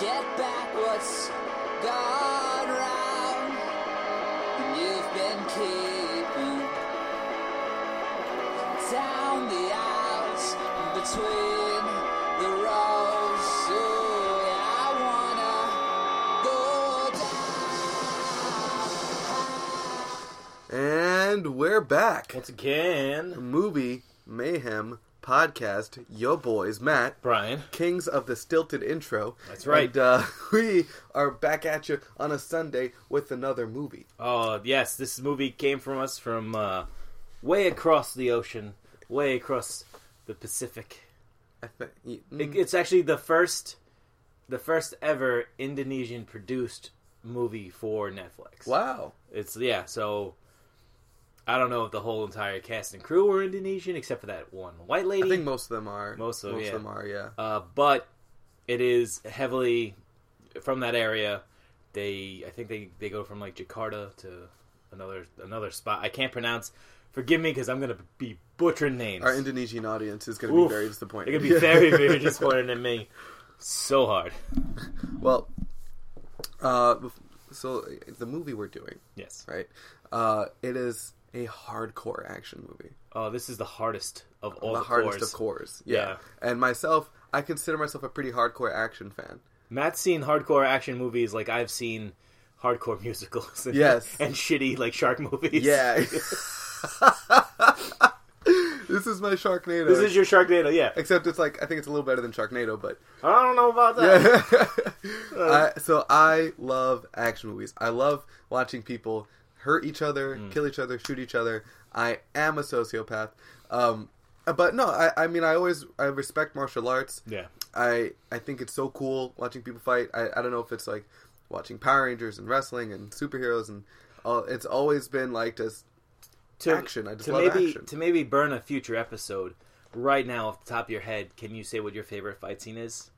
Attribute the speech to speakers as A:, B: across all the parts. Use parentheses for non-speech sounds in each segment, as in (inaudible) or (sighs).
A: get back what's gone round and you've been keeping down the aisles in between the rows. Ooh, yeah, I wanna go
B: And we're back.
C: Once again,
B: Movie Mayhem Podcast. Yo boys, Matt.
C: Brian.
B: Kings of the Stilted Intro.
C: That's right.
B: And uh, (laughs) we are back at you on a Sunday with another movie.
C: Oh yes, this movie came from us from uh, way across the ocean, way across the Pacific.
B: I think Mm.
C: It, it's actually the first, the first ever Indonesian produced movie for Netflix.
B: wow.
C: It's yeah. So I don't know if the whole entire cast and crew were Indonesian, except for that one white lady.
B: I think most of them are.
C: Most of them, yeah.
B: them are. Yeah.
C: uh, but it is heavily from that area. They, I think they, they go from like Jakarta to another another spot. I can't pronounce. Forgive me because I'm gonna be butchering names.
B: Our Indonesian audience is going to
C: Oof.
B: be very disappointed.
C: They're gonna be
B: (laughs)
C: very very disappointed in me. So hard.
B: well. Uh, so the movie we're doing,
C: Yes.
B: right? Uh, it is a hardcore action movie.
C: Oh, this is the hardest of all
B: the,
C: the,
B: hardest
C: cores.
B: of cores. Yeah. And myself, I consider myself a pretty hardcore action fan.
C: Matt's seen hardcore action movies like I've seen hardcore (laughs) musicals. And,
B: Yes.
C: And shitty like shark movies. (laughs)
B: Yeah. (laughs) this is my Sharknado.
C: This is your Sharknado. Yeah.
B: Except it's like I think it's a little better than Sharknado,
C: (laughs)
B: but
C: I don't know about that.
B: (laughs) I, so I love action movies. I love watching people hurt each other,
C: Mm.
B: kill each other, shoot each other. I am a sociopath. Um, but no, I, I mean I always I respect martial arts.
C: Yeah.
B: I I think it's so cool watching people fight. I, I don't know if it's like watching Power Rangers and wrestling and superheroes and all. It's always been like just action. I just
C: to
B: love
C: maybe,
B: action.
C: To maybe burn a future episode, right now off the top of your head, can you say what your favorite fight scene is?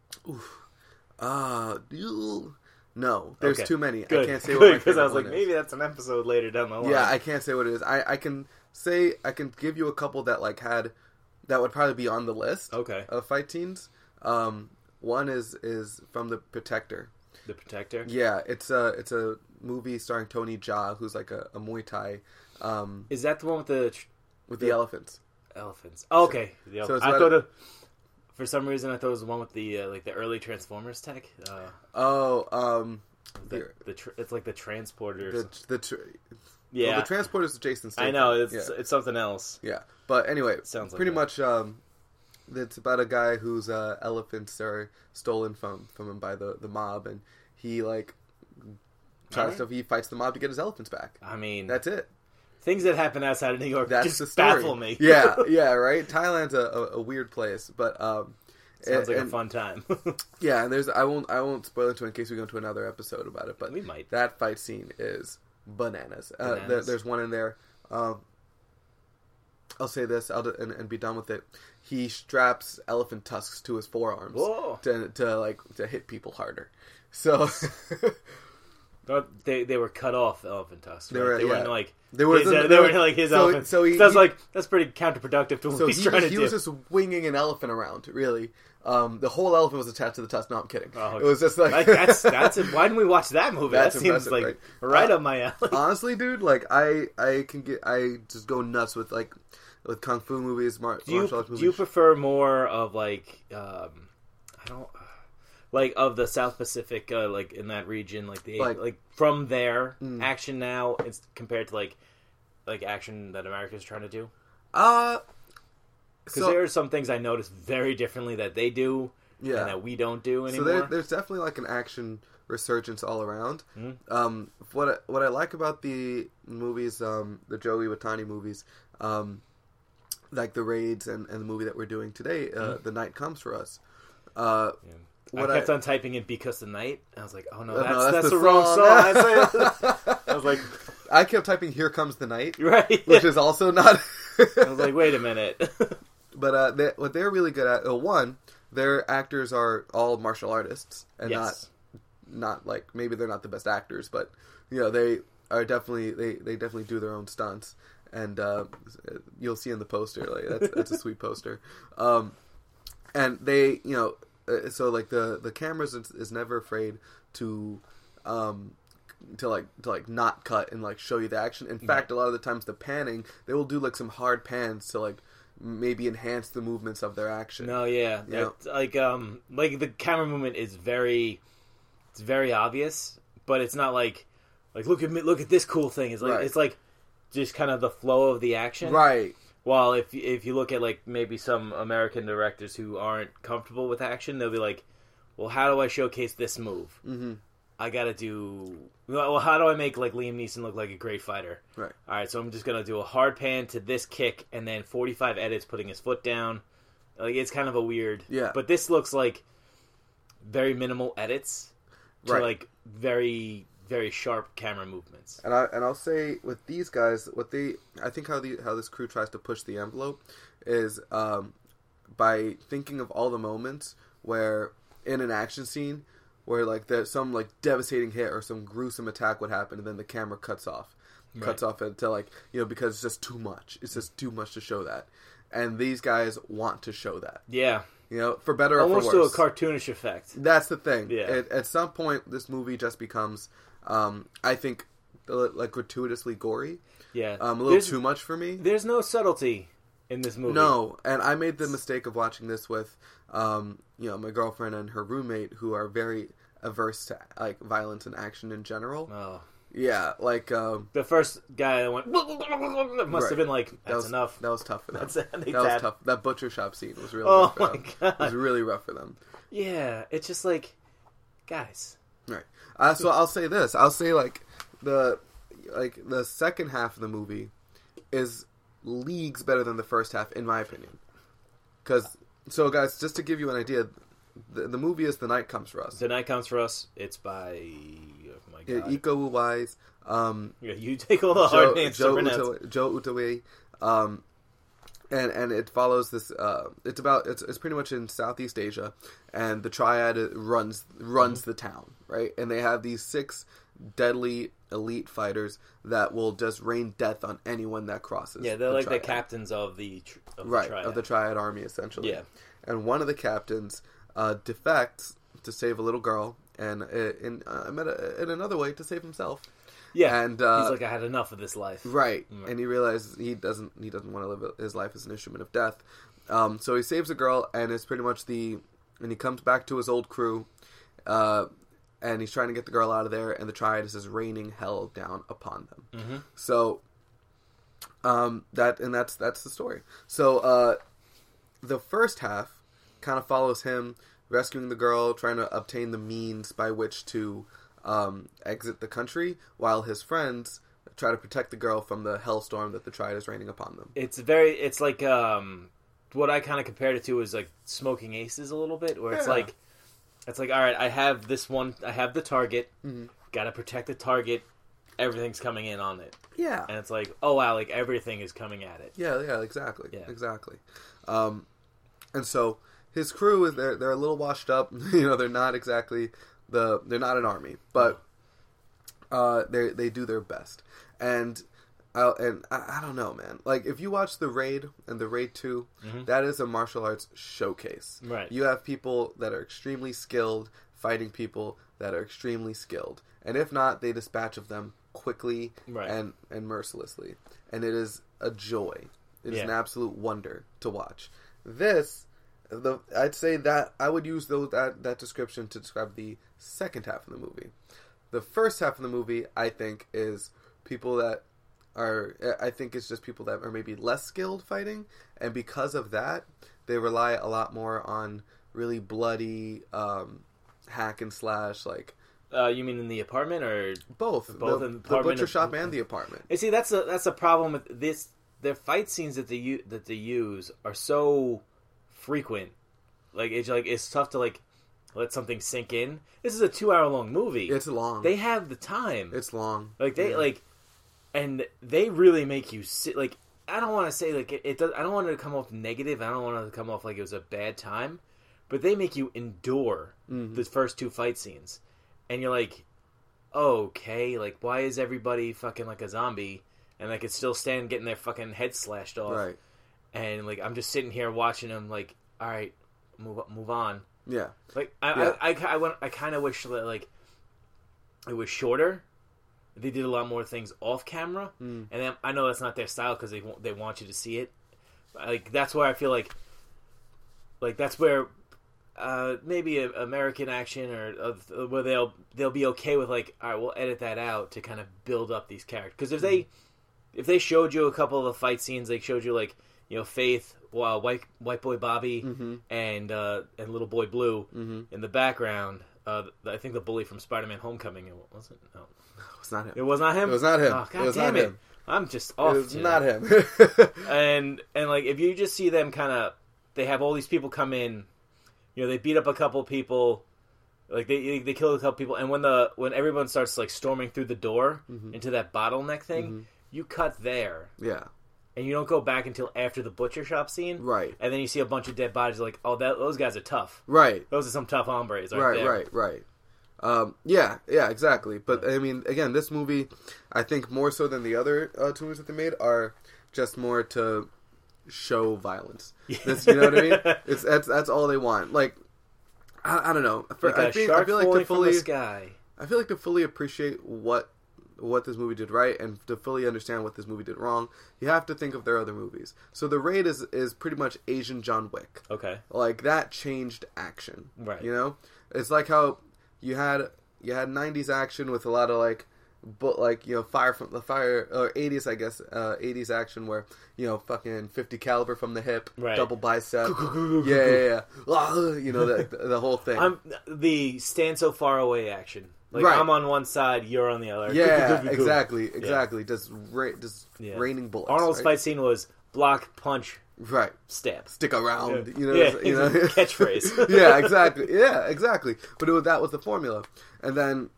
B: uh ew. no. There's
C: Okay.
B: too many.
C: Good.
B: I can't say
C: (laughs) Good,
B: what my
C: I was
B: favorite
C: like,
B: one is.
C: maybe that's an episode later down the line.
B: Yeah, I can't say what it is. I I can say I can give you a couple that like had that would probably be on the list.
C: Okay.
B: Of fight teams. Um, one is is from the Protector.
C: the Protector.
B: Yeah, it's a it's a movie starring Tony Jaa, who's like a, a Muay Thai um,
C: Is that the one with the tr-
B: with the elephants.
C: elephants? Oh, okay.
B: so
C: The elephant-
B: it's
C: I
B: about-
C: thought it- for some reason I thought it was the one with the uh, like the early Transformers tech. Uh,
B: Oh, um,
C: the, the tr- it's like the transporter. or
B: the
C: some-
B: the tr-
C: yeah,
B: well, the transporters Jason
C: I
B: Statham.
C: know. It's
B: yeah.
C: it's something else.
B: yeah. But anyway,
C: Sounds like
B: pretty
C: that.
B: much. Um, it's about a guy whose uh, elephants are stolen from from him by the the mob, and he like tries
C: Alright.
B: to he fights the mob to get his elephants back.
C: I mean,
B: That's it.
C: things that happen outside of New York
B: That's
C: just
B: the story.
C: baffle me.
B: Yeah,
C: (laughs)
B: yeah, right. Thailand's a, a, a weird place, but um,
C: sounds like
B: and-
C: a fun time. (laughs)
B: Yeah, and there's I won't I won't spoil it to in case we go into another episode about it, but
C: We might.
B: That fight scene is bananas. Uh, there-
C: Bananas.
B: there's one in there. Um, I'll say this, I'll d- and, and be done with it. He straps elephant tusks to his forearms
C: Whoa.
B: to to like to hit people harder. So (laughs)
C: No, they they were cut off elephant tusks. Right? They,
B: were-
C: were, not
B: yeah.
C: like
B: They
C: they
B: were-
C: were they,
B: they
C: weren't
B: were-
C: like his
B: so-
C: elephant.
B: so
C: So,
B: he-
C: that's
B: he-
C: like that's pretty counterproductive to what
B: so he,
C: he's trying
B: just,
C: to
B: he
C: do.
B: was just winging an elephant around, really. Um, the whole elephant was attached to the tusk. No, I'm kidding.
C: Oh,
B: it was just like
C: Like,
B: (laughs)
C: that's that's it. why didn't we watch that movie? That
B: That's
C: seems
B: impressive,
C: like
B: right?
C: right,
B: Uh,
C: up my alley.
B: honestly, dude, like I I can get I just go nuts with like with kung fu movies, mar-
C: do you
B: martial arts movies.
C: do you prefer more of like um I don't like of the South Pacific uh, like in that region like the
B: Like- Mm.
C: like, from there action now it's compared to like like action that America's trying to do
B: uh
C: because
B: So-
C: there are some things I notice very differently that they do
B: Yeah.
C: and that we don't do
B: so
C: anymore.
B: there, there's definitely like an action resurgence all around.
C: Hmm.
B: Um, what I, what I like about the movies, um, the Joey Watani movies, um, like the raids and, and the movie that we're doing today, uh,
C: Hmm.
B: the night comes for us. Uh, What
C: I kept
B: I-
C: on typing in because the night. and I was like, oh no,
B: no,
C: that's,
B: that's
C: that's,
B: the
C: the, wrong
B: song. (laughs)
C: song. That's- (laughs) I was like,
B: I kept typing "Here comes the night," (laughs)
C: right.
B: which is also not.
C: (laughs) I was like, wait a minute. (laughs)
B: But uh, they, what they're really good at, uh, one, their actors are all martial artists, and
C: yes.
B: not not like maybe they're not the best actors, but you know they are definitely they, they definitely do their own stunts, and uh, you'll see in the poster like that's that's a sweet poster, um, and they you know uh, so like the the cameras is, is never afraid to um to like to like not cut and like show you the action. In fact, a lot of the times the panning, they will do like some hard pans to like maybe enhance the movements of their action.
C: No, yeah,
B: Yeah.
C: It's like um, like the camera movement is very, it's very obvious, but it's not like, like look at me, look at this cool thing. It's like
B: Right.
C: it's like just kind of the flow of the action.
B: Right.
C: While if if you look at like maybe some American directors who aren't comfortable with action, they'll be like, well, how do I showcase this move? Mm-hmm. I gotta do. Well, how do I make like Liam Neeson look like a great fighter?
B: Right.
C: All right, so I'm just gonna do a hard pan to this kick, and then 45 edits putting his foot down. Like it's kind of a weird.
B: Yeah.
C: But this looks like very minimal edits to
B: Right.
C: like very very sharp camera movements.
B: And I and I'll say with these guys, what they I think how the how this crew tries to push the envelope is um, by thinking of all the moments where in an action scene where like there's some like devastating hit or some gruesome attack would happen, and then the camera cuts off, cuts
C: Right.
B: off until like you know because it's just too much. It's just too much to show that, and these guys want to show that
C: Yeah.
B: you know for better or
C: Almost
B: for
C: to a
B: worse.
C: cartoonish effect.
B: That's the thing.
C: Yeah.
B: At, at some point, this movie just becomes, um, I think, uh, like gratuitously gory.
C: Yeah.
B: Um, a little
C: there's,
B: too much for me.
C: There's no subtlety in this movie.
B: No, and I made the mistake of watching this with, um, you know, my girlfriend and her roommate, who are very averse to like violence and action in general.
C: Oh.
B: Yeah, like um,
C: The first guy that went (laughs) must have
B: Right.
C: been like that's
B: that was
C: enough.
B: That was tough for them.
C: That's- (laughs)
B: that
C: they
B: was
C: had-
B: tough. That butcher shop scene was really.
C: Oh
B: rough for
C: my
B: them.
C: God.
B: It was really rough for them.
C: Yeah. It's just like guys.
B: Right. Uh, so I'll say this. I'll say like the like the second half of the movie is leagues better than the first half in my opinion. Cuz so guys, just to give you an idea, the, the movie is The Night Comes for Us.
C: The night comes for us. It's by oh my
B: Yeah,
C: god.
B: Iko Uwais, um
C: Yeah, you take all the hard
B: Joe
C: names
B: Joe
C: to pronounce.
B: Utawe, Joe Utawe, um and and it follows this uh it's about it's it's pretty much in Southeast Asia and the triad runs runs the town, right? And they have these six deadly elite fighters that will just rain death on anyone that crosses.
C: Yeah, they're like
B: triad.
C: the captains of the tr- of
B: right
C: The triad.
B: of the triad army essentially.
C: Yeah.
B: And one of the captains uh, defects to save a little girl and uh, in uh, I met a, in another way to save himself.
C: yeah,
B: and, uh,
C: he's like, I had enough of this life.
B: Right, and he realizes he doesn't he doesn't want to live his life as an instrument of death. Um, so he saves a girl, and it's pretty much the and he comes back to his old crew, uh, and he's trying to get the girl out of there, and the triad is just raining hell down upon them. So um, that and that's that's the story. So uh, the first half kind of follows him rescuing the girl, trying to obtain the means by which to um, exit the country, while his friends try to protect the girl from the hellstorm that the triad is raining upon them.
C: It's very. It's like um, what I kind of compared it to is like smoking aces a little bit, where it's
B: Yeah.
C: like, it's like, all right, I have this one. I have the target.
B: Mm-hmm.
C: Got to protect the target. Everything's coming in on it,
B: Yeah,
C: and it's like, oh wow, like everything is coming at it.
B: yeah, yeah, exactly,
C: Yeah.
B: exactly. Um, and so his crew is they're they're a little washed up. (laughs) you know, they're not exactly the they're not an army, but uh, they they do their best. And I, and I, I don't know, man. Like if you watch the raid and the raid 2 that is a martial arts showcase.
C: Mm-hmm. Right.
B: You have people that are extremely skilled fighting people that are extremely skilled, and if not, they dispatch of them quickly
C: Right.
B: and and mercilessly. And it is a joy. It is an
C: Yeah.
B: absolute wonder to watch. This. The, I'd say that I would use those that, that description to describe the second half of the movie the first half of the movie i think is people that are i think it's just people that are maybe less skilled fighting and because of that they rely a lot more on really bloody um hack and slash like
C: Uh, you mean in the apartment or?
B: both,
C: Both
B: the,
C: in
B: the
C: the apartment
B: butcher
C: and-
B: shop and the apartment
C: And see, that's a that's a problem with this. Their fight scenes that they u- that they use are so frequent. Like it's like it's tough to like let something sink in. This is a two hour long movie.
B: it's long
C: they have the time.
B: it's long
C: like they
B: Yeah.
C: like, and they really make you sit. Like I don't want to say like it, it does. I don't want it to come off negative. I don't want it to come off like it was a bad time. But they make you endure
B: Mm-hmm.
C: the first two fight scenes, and you're like, okay, like why is everybody fucking like a zombie? And I could still stand getting their fucking head slashed off
B: right
C: and like I'm just sitting here watching them. Like, all right, move move on.
B: Yeah.
C: Like I,
B: Yeah.
C: I, I, I, want, I kind of wish that like it was shorter. They did a lot more things off camera, and then, I know that's not their style because they want, they want you to see it. Like that's where I feel like, like that's where uh, maybe a, American action or of where they'll they'll be okay with like, all right, we'll edit that out to kind of build up these characters. Because if they if they showed you a couple of the fight scenes, they showed you like you know Faith, well, white white boy Bobby,
B: Mm-hmm.
C: and uh, and little boy Blue in the background. Uh, the- I think the bully from Spider-Man: Homecoming. It wasn't. No,
B: It's not him.
C: it was not him.
B: It was not him.
C: Oh, God
B: It was
C: damn
B: not
C: it!
B: him.
C: I'm just
B: It
C: off.
B: was
C: today.
B: not him. (laughs)
C: (laughs) And and like if you just see them kind of, they have all these people come in. You know, they beat up a couple people. Like they they kill a couple people, and when the when everyone starts like storming through the door
B: Mm-hmm.
C: into that bottleneck thing, you cut there
B: yeah.
C: and you don't go back until after the butcher shop scene,
B: Right.
C: And then you see a bunch of dead bodies, like, oh, that, those guys are tough.
B: Right.
C: Those are some tough hombres, right?
B: Right.
C: there.
B: Right. Right. Um, yeah, yeah, exactly. But I mean, again, this movie, I think more so than the other uh, two movies that they made are just more to show
C: (laughs)
B: violence. This, you know what I mean? It's that's that's all they want. Like, I, I don't know. For-
C: Like
B: I,
C: a
B: think, I
C: shark
B: feel like
C: falling
B: to fully,
C: from the sky.
B: I feel like to fully appreciate what what this movie did right and to fully understand what this movie did wrong, you have to think of their other movies. So the raid is is pretty much Asian John Wick.
C: Okay,
B: Like that changed action.
C: Right.
B: You know? It's like how you had you had 90s action with a lot of like but like you know fire from the fire or 80s I guess uh 80s action where you know fucking 50 caliber from the hip,
C: Right.
B: double
C: (laughs)
B: bicep. yeah, yeah, yeah. (laughs) Ah, you know the the whole thing.
C: I'm the stand so far away action. Like
B: Right.
C: I'm on one side, you're on the other. (laughs)
B: Yeah, exactly, exactly. Just ra- just
C: Yeah.
B: raining bullets.
C: Arnold's
B: right?
C: fight scene was block, punch,
B: right?
C: stab.
B: Stick around,
C: Yeah.
B: you know.
C: Yeah, (laughs)
B: you know? (laughs)
C: catchphrase.
B: yeah, exactly. Yeah, exactly. But it was, that was the formula, and then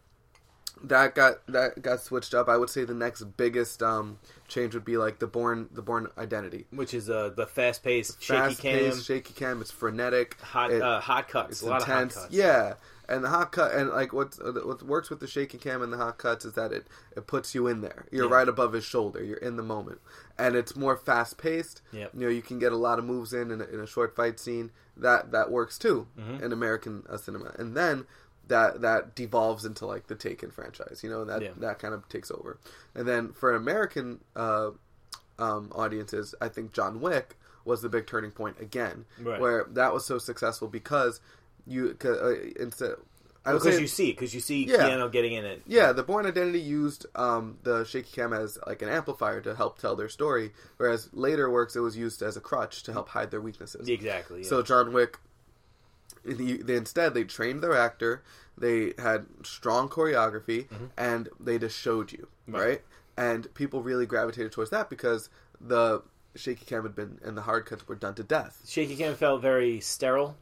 B: that got that got switched up. I would say the next biggest um, change would be like the born the born identity.
C: Which is uh, the fast paced, shaky
B: Fast
C: cam,
B: paced, shaky cam. It's frenetic.
C: hot
B: It-
C: uh, hot cuts,
B: it's
C: a lot
B: intense.
C: of hot cuts.
B: Yeah, and the hot cut and like what what works with the shaky cam and the hot cuts is that it it puts you in there. You're
C: Yeah.
B: right above his shoulder. You're in the moment, and it's more fast paced.
C: Yep.
B: You know, you can get a lot of moves in in a, in a short fight scene. That that works too
C: Mm-hmm.
B: in American uh, cinema, and then. That, that devolves into like the Taken franchise, you know that
C: Yeah.
B: that kind of takes over, and then for an American uh, um, audiences, I think John Wick was the big turning point again,
C: Right.
B: where that was so successful because you 'cause, uh, instead. I would
C: Because
B: say,
C: you see, because you see
B: Yeah.
C: Keanu getting in it.
B: yeah, the Born Identity used um, the shaky cam as like an amplifier to help tell their story, whereas later works it was used as a crutch to help hide their weaknesses.
C: Exactly. yeah.
B: So John Wick, the, they instead they trained their actor. They had strong choreography,
C: Mm-hmm.
B: and they just showed you right. And people really gravitated towards that because the shaky cam had been and the hard cuts were done to death.
C: shaky cam felt very sterile,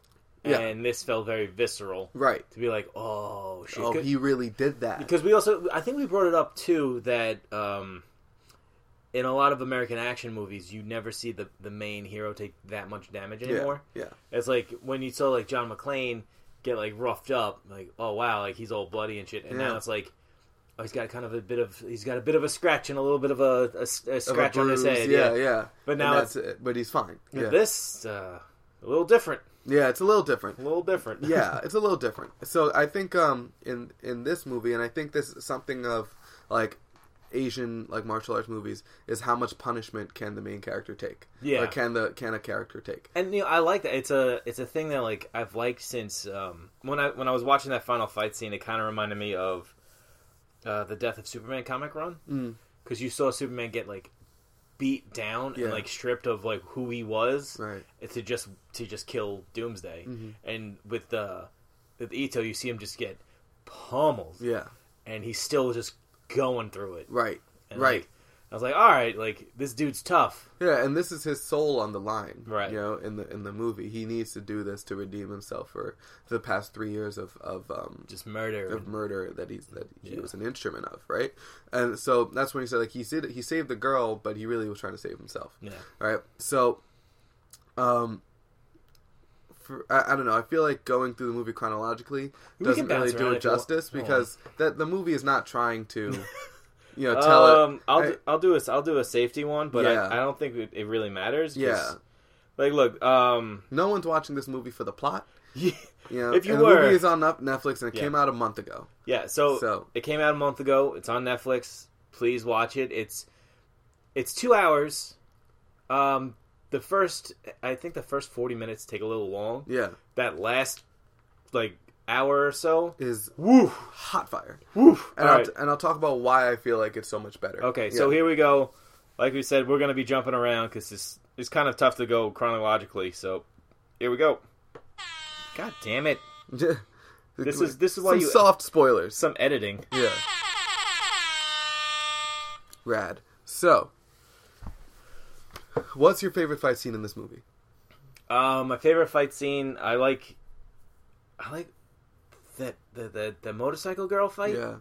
B: Yeah.
C: and this felt very visceral.
B: Right.
C: to be like, oh shit.
B: Oh, he really did that.
C: because we also, I think we brought it up too that um, in a lot of American action movies, you never see the the main hero take that much damage
B: yeah.
C: anymore.
B: Yeah.
C: It's like when you saw like John McClane get like roughed up, like oh wow, like he's all bloody and shit, and
B: Yeah.
C: now it's like. Oh, he's got kind of a bit of he's got a bit of a scratch and a little bit of a, a s- a
B: Of a
C: scratch on his
B: bruise,
C: head.
B: Yeah,
C: Yeah,
B: yeah.
C: But
B: And
C: now
B: that's it. But he's fine. Yeah.
C: this uh, a little different,
B: yeah, it's a little different.
C: a little different.
B: yeah, it's a little different. So I think um in in this movie, and I think this is something of like Asian like martial arts movies is how much punishment can the main character take?
C: Yeah.
B: Like, can the can a character take?
C: and you know I like that. It's a it's a thing that like I've liked since um, when I when I was watching that final fight scene. It kind of reminded me of uh, the death of Superman comic
B: Mm.
C: run because you saw Superman get like beat down
B: Yeah.
C: and like stripped of like who he was
B: Right. Mm-hmm.
C: to just to just kill Doomsday. And with the with Ito, you see him just get pummeled,
B: Yeah.
C: and he's still just going through it.
B: Right.
C: And,
B: right.
C: like, I was like, all right, like this dude's tough.
B: yeah, and this is his soul on the line,
C: Right.
B: You know, in the in the movie, he needs to do this to redeem himself for the past three years of of um,
C: Just murder.
B: of murder that he's that he
C: Yeah.
B: was an instrument of, right? And so that's when he said like he said he saved the girl, but he really was trying to save himself.
C: Yeah.
B: All right. So, um, for, I, I don't know. I feel like going through the movie chronologically
C: can
B: doesn't
C: bounce
B: really do
C: around
B: it
C: if you want.
B: justice
C: Hold on.
B: because that the movie is not trying
C: (laughs)
B: to, you know, tell it-
C: um, I'll
B: I-
C: do, I'll do a I'll do a safety one, but
B: Yeah.
C: I, I don't think it, it really matters. 'cause,
B: Yeah.
C: like look, um,
B: (laughs) no one's watching this movie for the plot.
C: Yeah.
B: You know,
C: If you
B: and the
C: were-
B: movie is on Nef- Netflix and it
C: Yeah.
B: came out a month ago.
C: Yeah, so,
B: So-
C: it came out a month ago. It's on Netflix. Please watch it. It's it's two hours. Um, the first, I think, the first forty minutes take a little long.
B: Yeah,
C: That last like hour or so.
B: is
C: Woo,
B: hot fire.
C: woo.
B: And,
C: All
B: I'll,
C: right.
B: and I'll talk about why I feel like it's so much better.
C: Okay, so
B: Yeah.
C: here we go. Like we said, we're going to be jumping around because it's it's kind of tough to go chronologically. So here we go. God damn it!
B: (laughs)
C: This is- this is why
B: Some
C: you-
B: soft spoilers.
C: Some editing.
B: Yeah. Rad. So, what's your favorite fight scene in this movie?
C: Uh, my favorite fight scene. I like, I like that the the, the motorcycle girl fight.
B: Yeah,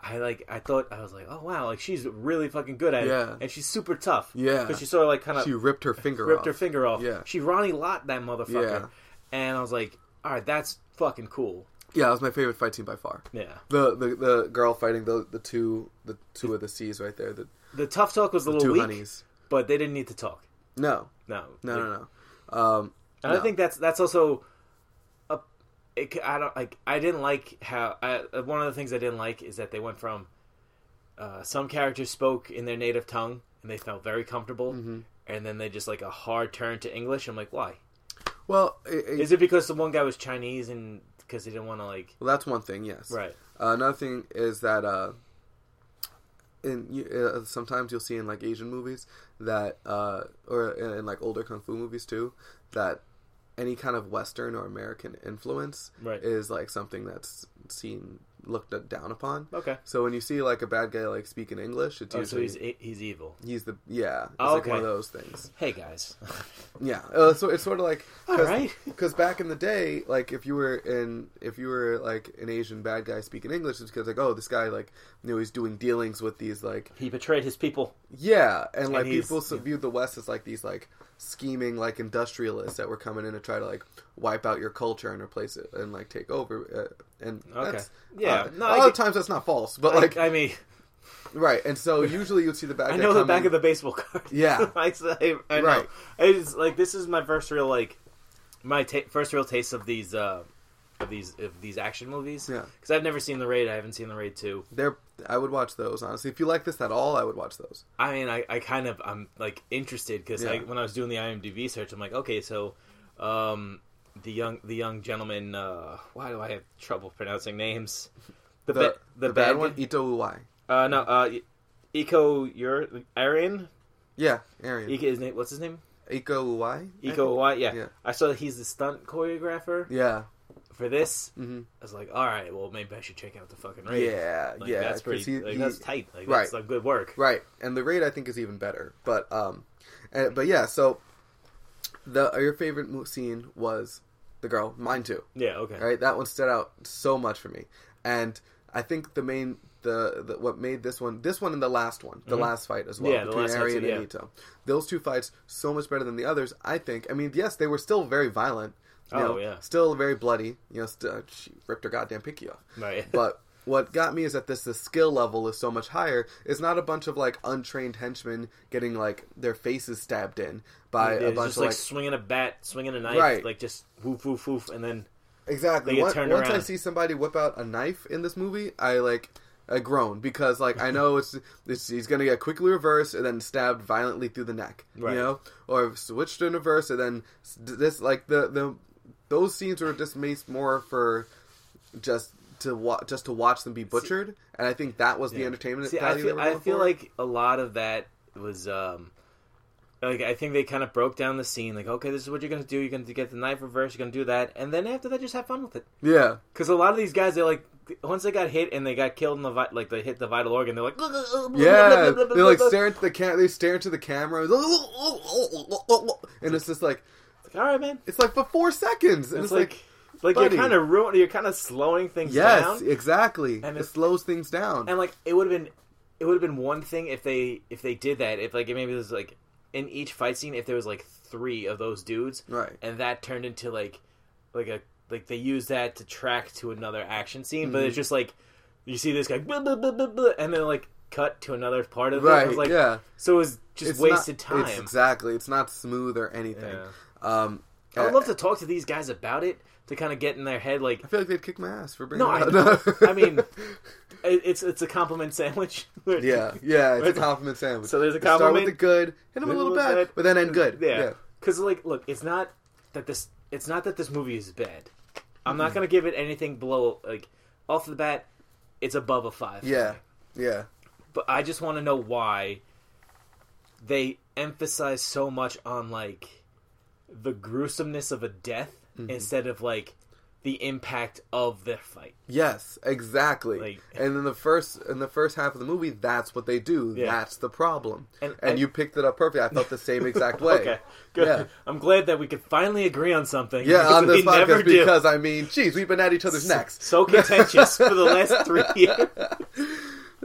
C: I like. I thought I was like, oh wow, like she's really fucking good at
B: Yeah.
C: it, and she's super tough.
B: Yeah.
C: because she sort of like kind of
B: she ripped her finger
C: Uh, ripped
B: off.
C: her finger off.
B: Yeah.
C: she Ronnie Lott that motherfucker.
B: Yeah.
C: And I was like, all right, that's fucking cool.
B: yeah, that was my favorite fight scene by far.
C: Yeah,
B: The the, the girl fighting the the two the two of the C's right there. The
C: the tough talk was a little
B: two
C: weak,
B: honeys.
C: but they didn't need to talk.
B: No,
C: No,
B: no,
C: Like,
B: no, no. Um,
C: And I
B: No.
C: think that's that's also a. It, c- I don't like. I didn't like how. I, uh, one of the things I didn't like is that they went from uh, some characters spoke in their native tongue and they felt very comfortable, and then they just like a hard turn to English. I'm like, why?
B: well, it,
C: Is it because the one guy was Chinese and because he didn't want to like
B: well, that's one thing. Yes,
C: right?
B: Uh, another thing is that uh, in you- uh, sometimes you'll see in like Asian movies that uh, or in, in like older kung fu movies too that any kind of Western or American influence
C: Right.
B: is like something that's seen looked down upon.
C: Okay.
B: So when you see like a bad guy like speak in English, it's
C: Oh, so
B: usually
C: he's e- he's evil.
B: he's the yeah it's
C: Oh,
B: like one
C: okay.
B: of those things.
C: Hey guys. (laughs)
B: Yeah, uh, so it's sort of like
C: All right. (laughs)
B: because back in the day, like if you were in if you were like an Asian bad guy speaking English, it's because like oh this guy like you know he's doing dealings with these like
C: He betrayed his people.
B: yeah, and like
C: he's-
B: people so viewed the West as like these like scheming like industrialists that were coming in to try to like wipe out your culture and replace it and like take over. Uh, and
C: Okay.
B: that's,
C: Yeah.
B: uh,
C: No,
B: a
C: I
B: lot of
C: get-
B: times that's not false, but like
C: Like I mean,
B: right. And
C: (laughs)
B: so usually you'd see the bad.
C: I
B: guy
C: know the
B: come
C: back
B: in-
C: of the baseball card. (laughs)
B: Yeah.
C: I, s- I- I know.
B: Right.
C: It's like this is my first real like my ta- first real taste of these uh of these of these action movies.
B: Yeah.
C: because I've never seen the raid. I haven't seen the raid two.
B: They're, I would watch those honestly. If you like this at all, I would watch those.
C: I mean, I, I kind of I'm like interested because
B: Yeah.
C: when I was doing the IMDb search, I'm like, okay, so um the young the young gentleman. Uh, why do I have trouble pronouncing
B: (laughs)
C: names? The
B: The,
C: ba-
B: the, bad,
C: guy-
B: one, Ito Uwai.
C: Uh, no, uh, Eco, your Arian.
B: Yeah, Arian.
C: Eco, his name. What's his name?
B: Iko Uwai?
C: Eco White, yeah.
B: Yeah.
C: I saw that he's the stunt choreographer
B: Yeah.
C: for this.
B: Mhm.
C: I was like, all right, well, maybe I should check out the fucking raid.
B: Yeah,
C: like,
B: yeah. 'cause
C: That's pretty.
B: he-
C: like,
B: he-
C: that's tight. Like,
B: Right.
C: that's like good work.
B: Right. And the raid I think is even better. But um and, but yeah, so the your favorite mo- scene was the girl, mine too.
C: Yeah. Okay.
B: Right? That one stood out so much for me. And I think the main the, the what made this one this one and the last one, the last fight as well
C: Mm-hmm. Yeah, the
B: between
C: last fight
B: Arian
C: too,
B: and
C: yeah.
B: Ito. Those two fights so much better than the others, I think. I mean, yes, they were still very violent. you
C: Oh,
B: know,
C: yeah.
B: Still very bloody. You know, st- uh, she ripped her goddamn pinky off.
C: Right. (laughs)
B: but what got me is that this the skill level is so much higher. It's not a bunch of like untrained henchmen getting like their faces stabbed in by
C: Yeah,
B: a
C: it's
B: bunch
C: just
B: of
C: like,
B: like,
C: swinging a bat, swinging a knife,
B: Right.
C: like just woof woof woof, and then
B: exactly.
C: they get
B: Once,
C: turned
B: once I
C: around.
B: see somebody whip out a knife in this movie, I like I groan because like I know it's, it's he's gonna get quickly reversed and then stabbed violently through the neck,
C: Right.
B: you know, or switched in reverse and then s- this like the the those scenes were just made more for just. To wa- just to watch them be butchered, and I think that was the
C: Yeah.
B: entertainment
C: See,
B: value.
C: I
B: they
C: feel,
B: were
C: I
B: going
C: feel
B: for.
C: like a lot of that was um, like I think they kind of broke down the scene. Like, okay, this is what you're gonna do. You're gonna get the knife reverse. You're gonna do that, and then after that, just have fun with it. (laughs)
B: Yeah,
C: Because a lot of these guys, they like once they got hit and they got killed in the vi- like they hit the vital organ, they're like,
B: yeah. They like stare into the cam. They stare into the camera, and it's just like
C: All right, man.
B: it's like for four seconds, and it's,
C: It's,
B: like,
C: like, like,
B: buddy.
C: you're kind of ruining, you're kind of slowing things
B: yes,
C: down,
B: exactly.
C: And
B: it
C: it's-
B: slows things down.
C: and like it would have been, it would have been one thing if they if they did that. If like maybe there's like in each fight scene, if there was like three of those dudes,
B: Right.
C: and that turned into like like a like they use that to track to another action scene, but
B: Mm-hmm.
C: it's just like you see this guy, blah, blah, blah, blah, blah, and then like cut to another part of it. It
B: right?
C: was like,
B: yeah,
C: So it was just
B: It's not-
C: wasted time.
B: It's exactly. It's not smooth or anything.
C: Yeah.
B: Um,
C: I would love to talk to these guys about it to kind of get in their head.
B: (laughs)
C: Like,
B: I feel like they'd kick my ass for bringing.
C: no,
B: it
C: I,
B: up.
C: I mean, it- it's it's a compliment sandwich.
B: (laughs) yeah, yeah, it's a compliment sandwich.
C: So there's a
B: Start with
C: compliment,
B: the good, hit him a
C: then
B: little
C: with
B: bad,
C: that,
B: but then end good.
C: Yeah, because like, look, it's not that this. It's not that this movie is bad. I'm not gonna give it anything below like off the bat. It's above a five. for
B: yeah,
C: me.
B: yeah,
C: but I just want to know why they emphasize so much on like the gruesomeness of a death
B: Mm-hmm.
C: instead of like the impact of their fight.
B: Yes, exactly.
C: Like-
B: and in the first in the first half of the movie, that's what they do.
C: Yeah.
B: That's the problem. And,
C: And I-
B: you picked it up perfect. I felt the
C: (laughs)
B: same exact way.
C: Okay, good.
B: Yeah.
C: I'm glad that we could finally agree on something. (laughs)
B: Yeah, on this
C: we never
B: podcast
C: do.
B: because I mean, geez, we've been at each other's necks.
C: so contentious for the
B: (laughs)
C: last three years.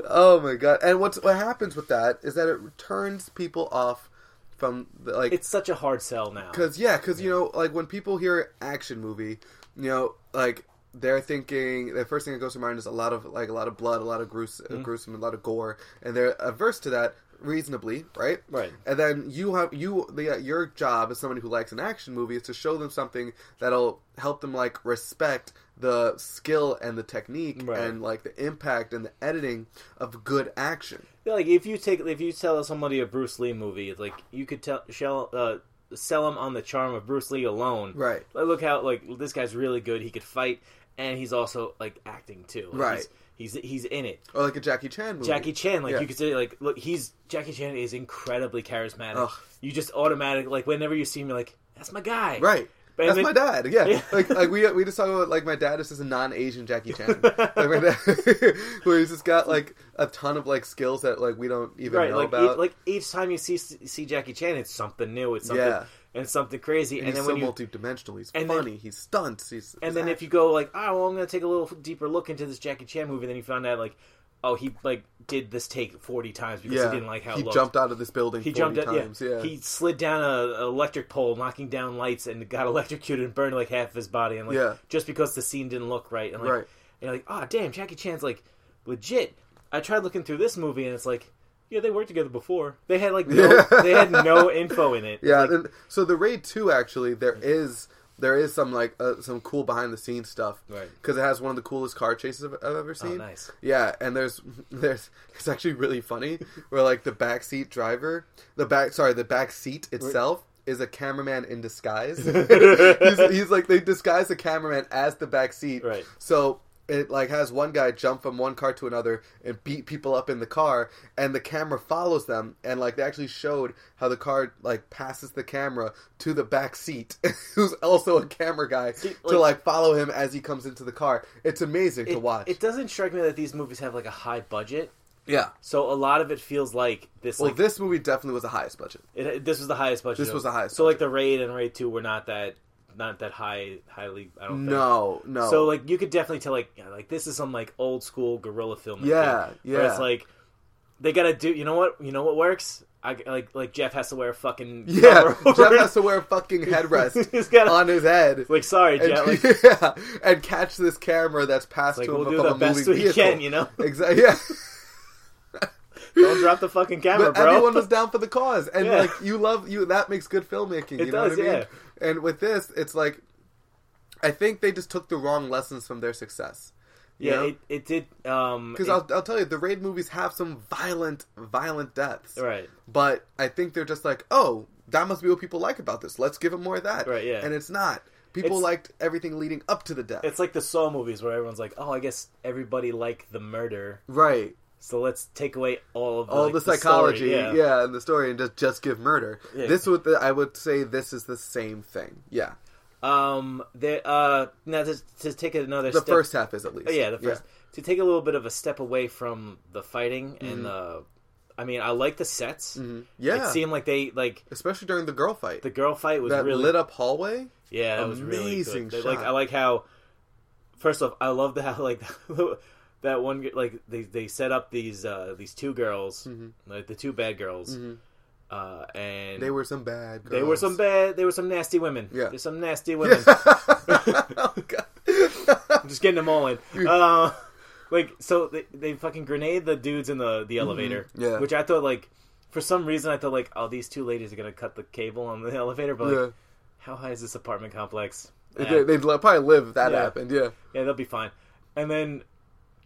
B: Oh my god! And what's what happens with that is that it turns people off from the, like
C: It's such a hard sell now.
B: Because yeah, because you know, like when people hear action movie, you know, like they're thinking the first thing that goes to mind is a lot of like a lot of blood, a lot of grues- uh
C: Mm-hmm.
B: gruesome, a lot of gore, and they're averse to that reasonably, right?
C: Right.
B: And then you have you the, uh, your job as somebody who likes an action movie is to show them something that'll help them like respect the skill and the technique
C: Right.
B: and like the impact and the editing of good action.
C: like if you take if you tell somebody a Bruce Lee movie, it's like you could tell shell, uh, sell them on the charm of Bruce Lee alone.
B: Right.
C: Like, look how like this guy's really good. He could fight, and he's also like acting too. Like,
B: Right.
C: He's, he's he's in it.
B: Or like a Jackie Chan movie.
C: Jackie Chan, like
B: Yeah.
C: you could say, like look, he's Jackie Chan is incredibly charismatic.
B: Ugh.
C: You just automatic like whenever you see him, you're like, that's my guy.
B: Right.
C: But
B: That's
C: I mean-
B: my dad. Yeah.
C: Yeah.
B: Like like we we just talk about like my dad is just a non Asian Jackie
C: (laughs)
B: Chan. like my dad (laughs) where he's just got like a ton of like skills that like we don't even
C: Right,
B: know
C: like
B: about.
C: each, like each time you see see Jackie Chan, it's something new, it's something
B: Yeah.
C: and it's something crazy, and,
B: he's
C: then
B: so
C: when you
B: multidimensional. He's
C: and then-
B: funny. he's stunts. He's
C: And then if you go like, oh, well, I'm going to take a little deeper look into this Jackie Chan movie, then you found out like, oh, he like did this take 40 times because he didn't like how
B: he
C: it looked.
B: jumped out of this building.
C: he
B: 40
C: jumped out,
B: times.
C: yeah. He slid down a, an electric pole, knocking down lights, and got (laughs) electrocuted and burned like half of his body. And like,
B: Yeah.
C: just because the scene didn't look right, and like,
B: Right.
C: and you're like, oh, damn, Jackie Chan's like legit. I tried looking through this movie, and it's like, yeah, they worked together before. They had like, no,
B: Yeah. (laughs)
C: they had no info in it. (laughs) It's
B: Yeah, (laughs)
C: like,
B: and so the raid two actually there is there is some like uh, some cool behind the scenes stuff,
C: Right. Oh,
B: Because it has one of the coolest car chases I've, I've ever seen.
C: nice.
B: Yeah, and there's (laughs) there's it's actually really
C: (laughs)
B: funny where like the backseat driver, the back sorry the back seat itself. Is a cameraman in disguise.
C: (laughs)
B: he's, he's like they disguise the cameraman as the back seat,
C: Right.
B: So it like has one guy jump from one car to another and beat people up in the car, and the camera follows them, and like they actually showed how the car like passes the camera to the back seat, (laughs) who's also a camera guy, to
C: like-
B: like follow him as he comes into the car. It's amazing to
C: it-
B: watch.
C: It doesn't strike me that these movies have like a high budget.
B: yeah.
C: So a lot of it feels like this.
B: Well,
C: like
B: this movie definitely was the highest budget.
C: it, this was the highest budget.
B: This
C: of-
B: was the highest
C: So like the raid and raid two were not that not that high highly. I don't think.
B: No, no.
C: So like you could definitely tell like yeah, like this is some like old school guerrilla film.
B: Yeah,
C: Where
B: yeah.
C: it's like they gotta do. You know what? You know what works. I like like Jeff has to wear a
B: (laughs)
C: fucking (laughs)
B: yeah,
C: cover
B: Jeff
C: over-
B: has to wear a fucking
C: (laughs) He's
B: headrest
C: gotta-
B: on his head.
C: like sorry (laughs)
B: and,
C: Jeff.
B: (laughs)
C: Like,
B: yeah, and catch this camera that's passed
C: like,
B: to him
C: we'll
B: from
C: do the
B: a
C: best
B: moving
C: we
B: vehicle.
C: can. You
B: (laughs)
C: know,
B: Exactly.
C: (laughs)
B: Yeah.
C: don't drop the fucking camera,
B: But
C: bro.
B: everyone was down for the cause, and
C: Yeah.
B: like you love you that makes good filmmaking. you
C: It
B: know
C: does,
B: what I mean?
C: yeah.
B: And with this, it's like I think they just took the wrong lessons from their success.
C: yeah, it, it did. Um,
B: because
C: it-
B: I'll, I'll tell you, the raid movies have some violent, violent deaths.
C: right.
B: But I think they're just like, oh, that must be what people like about this. Let's give them more of that.
C: Right, yeah.
B: And it's not. People
C: It's-
B: liked everything leading up to the death.
C: It's like the Saw movies where everyone's like, "Oh, I guess everybody liked the murder,
B: right.
C: so let's take away all of the,
B: all
C: like,
B: the
C: story."
B: psychology, yeah. and the story, and just just give murder.
C: Yeah.
B: This would I would say this is the same thing. Yeah,
C: Um, there. Uh, now to, to take another
B: the
C: step,
B: first half is at least.
C: Oh, yeah, the first to take a little bit of a step away from the fighting and the. I mean, I like the sets.
B: Mm-hmm. Yeah,
C: It seemed like they like
B: especially during the girl fight,
C: the girl fight was
B: that
C: really
B: lit up hallway.
C: Yeah, that was really
B: Amazing
C: good. They- Like
B: shot.
C: I like how. First off, I love the how (laughs) like that one g- like they they set up these uh these two girls like the two bad girls, uh and
B: Mm-hmm. They were some bad. Girls.
C: they were some bad they were some nasty women.
B: Yeah.
C: There's some nasty women.
B: (laughs) oh, God.
C: (laughs) I'm just getting them
B: (laughs)
C: all in. Uh, like so they, they fucking grenade the dudes in the the elevator.
B: Mm-hmm. Yeah.
C: which I thought (laughs) like for some reason I thought like oh these two ladies are gonna cut the cable on the (laughs) elevator, but like,
B: yeah.
C: how high is this apartment complex?
B: They,
C: Eh,
B: they'd li- probably live if that
C: Yeah.
B: happened. Yeah.
C: yeah, they'll be fine. And then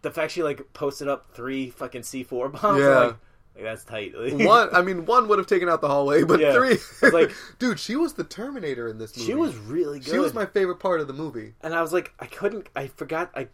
C: the fact she like posted up three fucking C four (laughs) bombs,
B: Yeah.
C: like, like, that's tight. (laughs)
B: One, I mean, one would have taken out the hallway, but
C: Yeah.
B: three.
C: It's like-
B: (laughs) dude, she was the Terminator in this movie.
C: she was really good.
B: She was my favorite part of the movie.
C: and I was like, I couldn't, I forgot, I,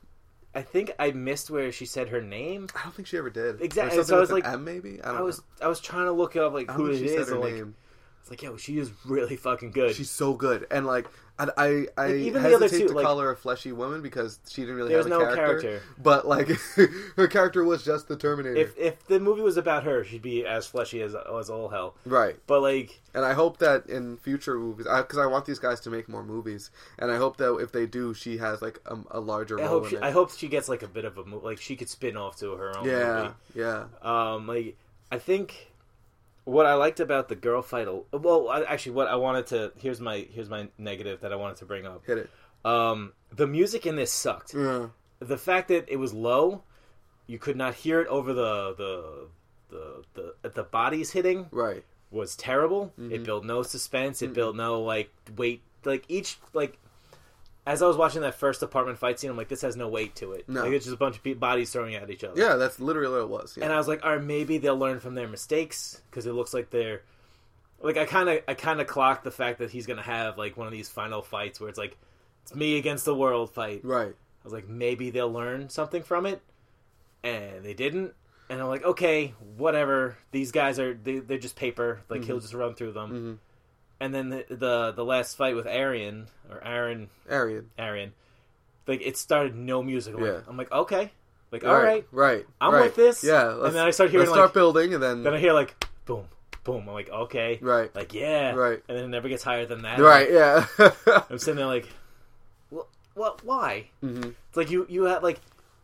C: I think I missed where she said her name.
B: I don't think she ever did.
C: Exactly,
B: Or
C: so I was
B: something with
C: like-
B: an M maybe. I don't
C: I was, I was trying to look up like
B: know. I don't
C: who it
B: think she
C: is.
B: said
C: And
B: her
C: like,
B: name.
C: it's like, yo, she is really fucking good.
B: She's so good, and like, I I, I
C: Like, even the other
B: hesitate
C: two,
B: to
C: like-
B: call her a fleshy woman because she didn't really
C: There's
B: have a
C: no
B: character,
C: character.
B: But like, (laughs) her character was just the Terminator,
C: if if the movie was about her, she'd be as fleshy as as all hell.
B: right?
C: But like,
B: And I hope that in future movies, because I, want these guys to make more movies, and I hope that if they do, she has like a, a larger
C: I
B: role
C: hope
B: in
C: she,
B: it.
C: I hope she gets like a bit of a movie. Like she could spin off to her own.
B: yeah,
C: movie.
B: yeah.
C: Um, like I think what I liked about the girl fight. a- Well, I, actually, what I wanted to here's my here's my negative that I wanted to bring up.
B: Hit it.
C: Um, the music in this sucked.
B: Yeah.
C: The fact that it was low, you could not hear it over the the the the, the bodies hitting
B: Right.
C: was terrible.
B: Mm-hmm.
C: It built no suspense. It built no like weight. Like each like. As I was watching that first apartment fight scene, I'm like, this has no weight to it.
B: No.
C: Like, it's just a bunch of pe- bodies throwing at each other.
B: Yeah, that's literally what it was. Yeah.
C: And I was like, all right, maybe they'll learn from their mistakes because it looks like they're like I kind of I kind of clocked the fact that he's gonna have like one of these final fights where it's like it's me against the world fight.
B: right.
C: I was like, maybe they'll learn something from it, and they didn't. And I'm like, okay, whatever. These guys are they, they're just paper. Like
B: Mm-hmm.
C: he'll just run through them. And then the, the the last fight with Arian or Aaron
B: Arian.
C: Arian, like it started no music. I'm like-
B: Yeah.
C: I'm like, okay, like all right,
B: Right.
C: I'm
B: right.
C: with this.
B: Yeah.
C: And
B: let's-
C: then I start hearing,
B: Let's start
C: like-
B: building, and then.
C: Then I hear like boom, boom. I'm like, okay,
B: right.
C: like yeah,
B: Right.
C: And then it never gets higher than that.
B: right.
C: (laughs)
B: Yeah.
C: I'm sitting there like, well, what? Why?
B: hmm
C: It's like you you had like,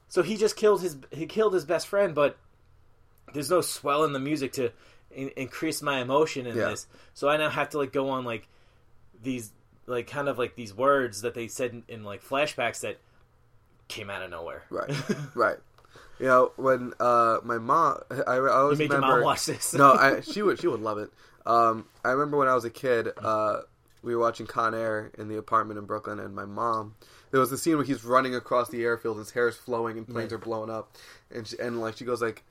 C: so he just killed his he killed his best friend, but there's no swell in the music to in, increase my emotion in
B: Yeah.
C: this. So I now have to like go on like these like kind of like these words that they said in, in like flashbacks that came out of nowhere. (laughs)
B: Right. Right. You know, when uh, my mom, I, I always
C: Make your
B: remember.
C: mom watch this.
B: no, I, she would she would love it. Um, I remember when I was a kid, uh, we were watching Con Air in the apartment in Brooklyn, and my mom. There was the scene where he's running across the airfield, his hair is flowing, and planes are blowing up, and she, and like she goes like,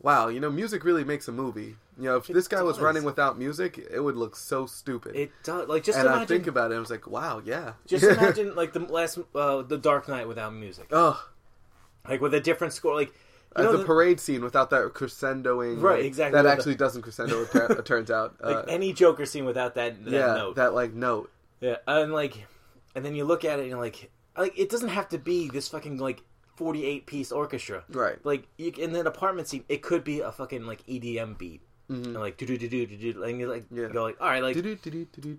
B: "Wow, you know, music really makes a movie. You know, if
C: It
B: this guy was
C: does.
B: running without music, it would look so stupid."
C: (laughs) it does like just
B: and
C: imagine
B: I think (laughs) about it, I was like, "Wow, yeah."
C: Just
B: (laughs)
C: imagine like the last uh, the Dark Knight without music,
B: oh,
C: like with a different score. Like you
B: uh,
C: know,
B: the,
C: the-
B: parade scene without that crescendoing,
C: Right,
B: like,
C: exactly,
B: That
C: the-
B: actually doesn't crescendo. It tur- it turns out,
C: (laughs) like
B: uh,
C: any Joker scene without that, that
B: yeah,
C: note.
B: that like note,
C: yeah, and like, and then you look at it and you're like, like it doesn't have to be this fucking like forty eight piece orchestra.
B: right?
C: Like you, in an apartment scene, it could be a fucking like EDM beat, and like do do do do do do, and you like
B: Mm-hmm. Yeah.
C: go like, all right, like like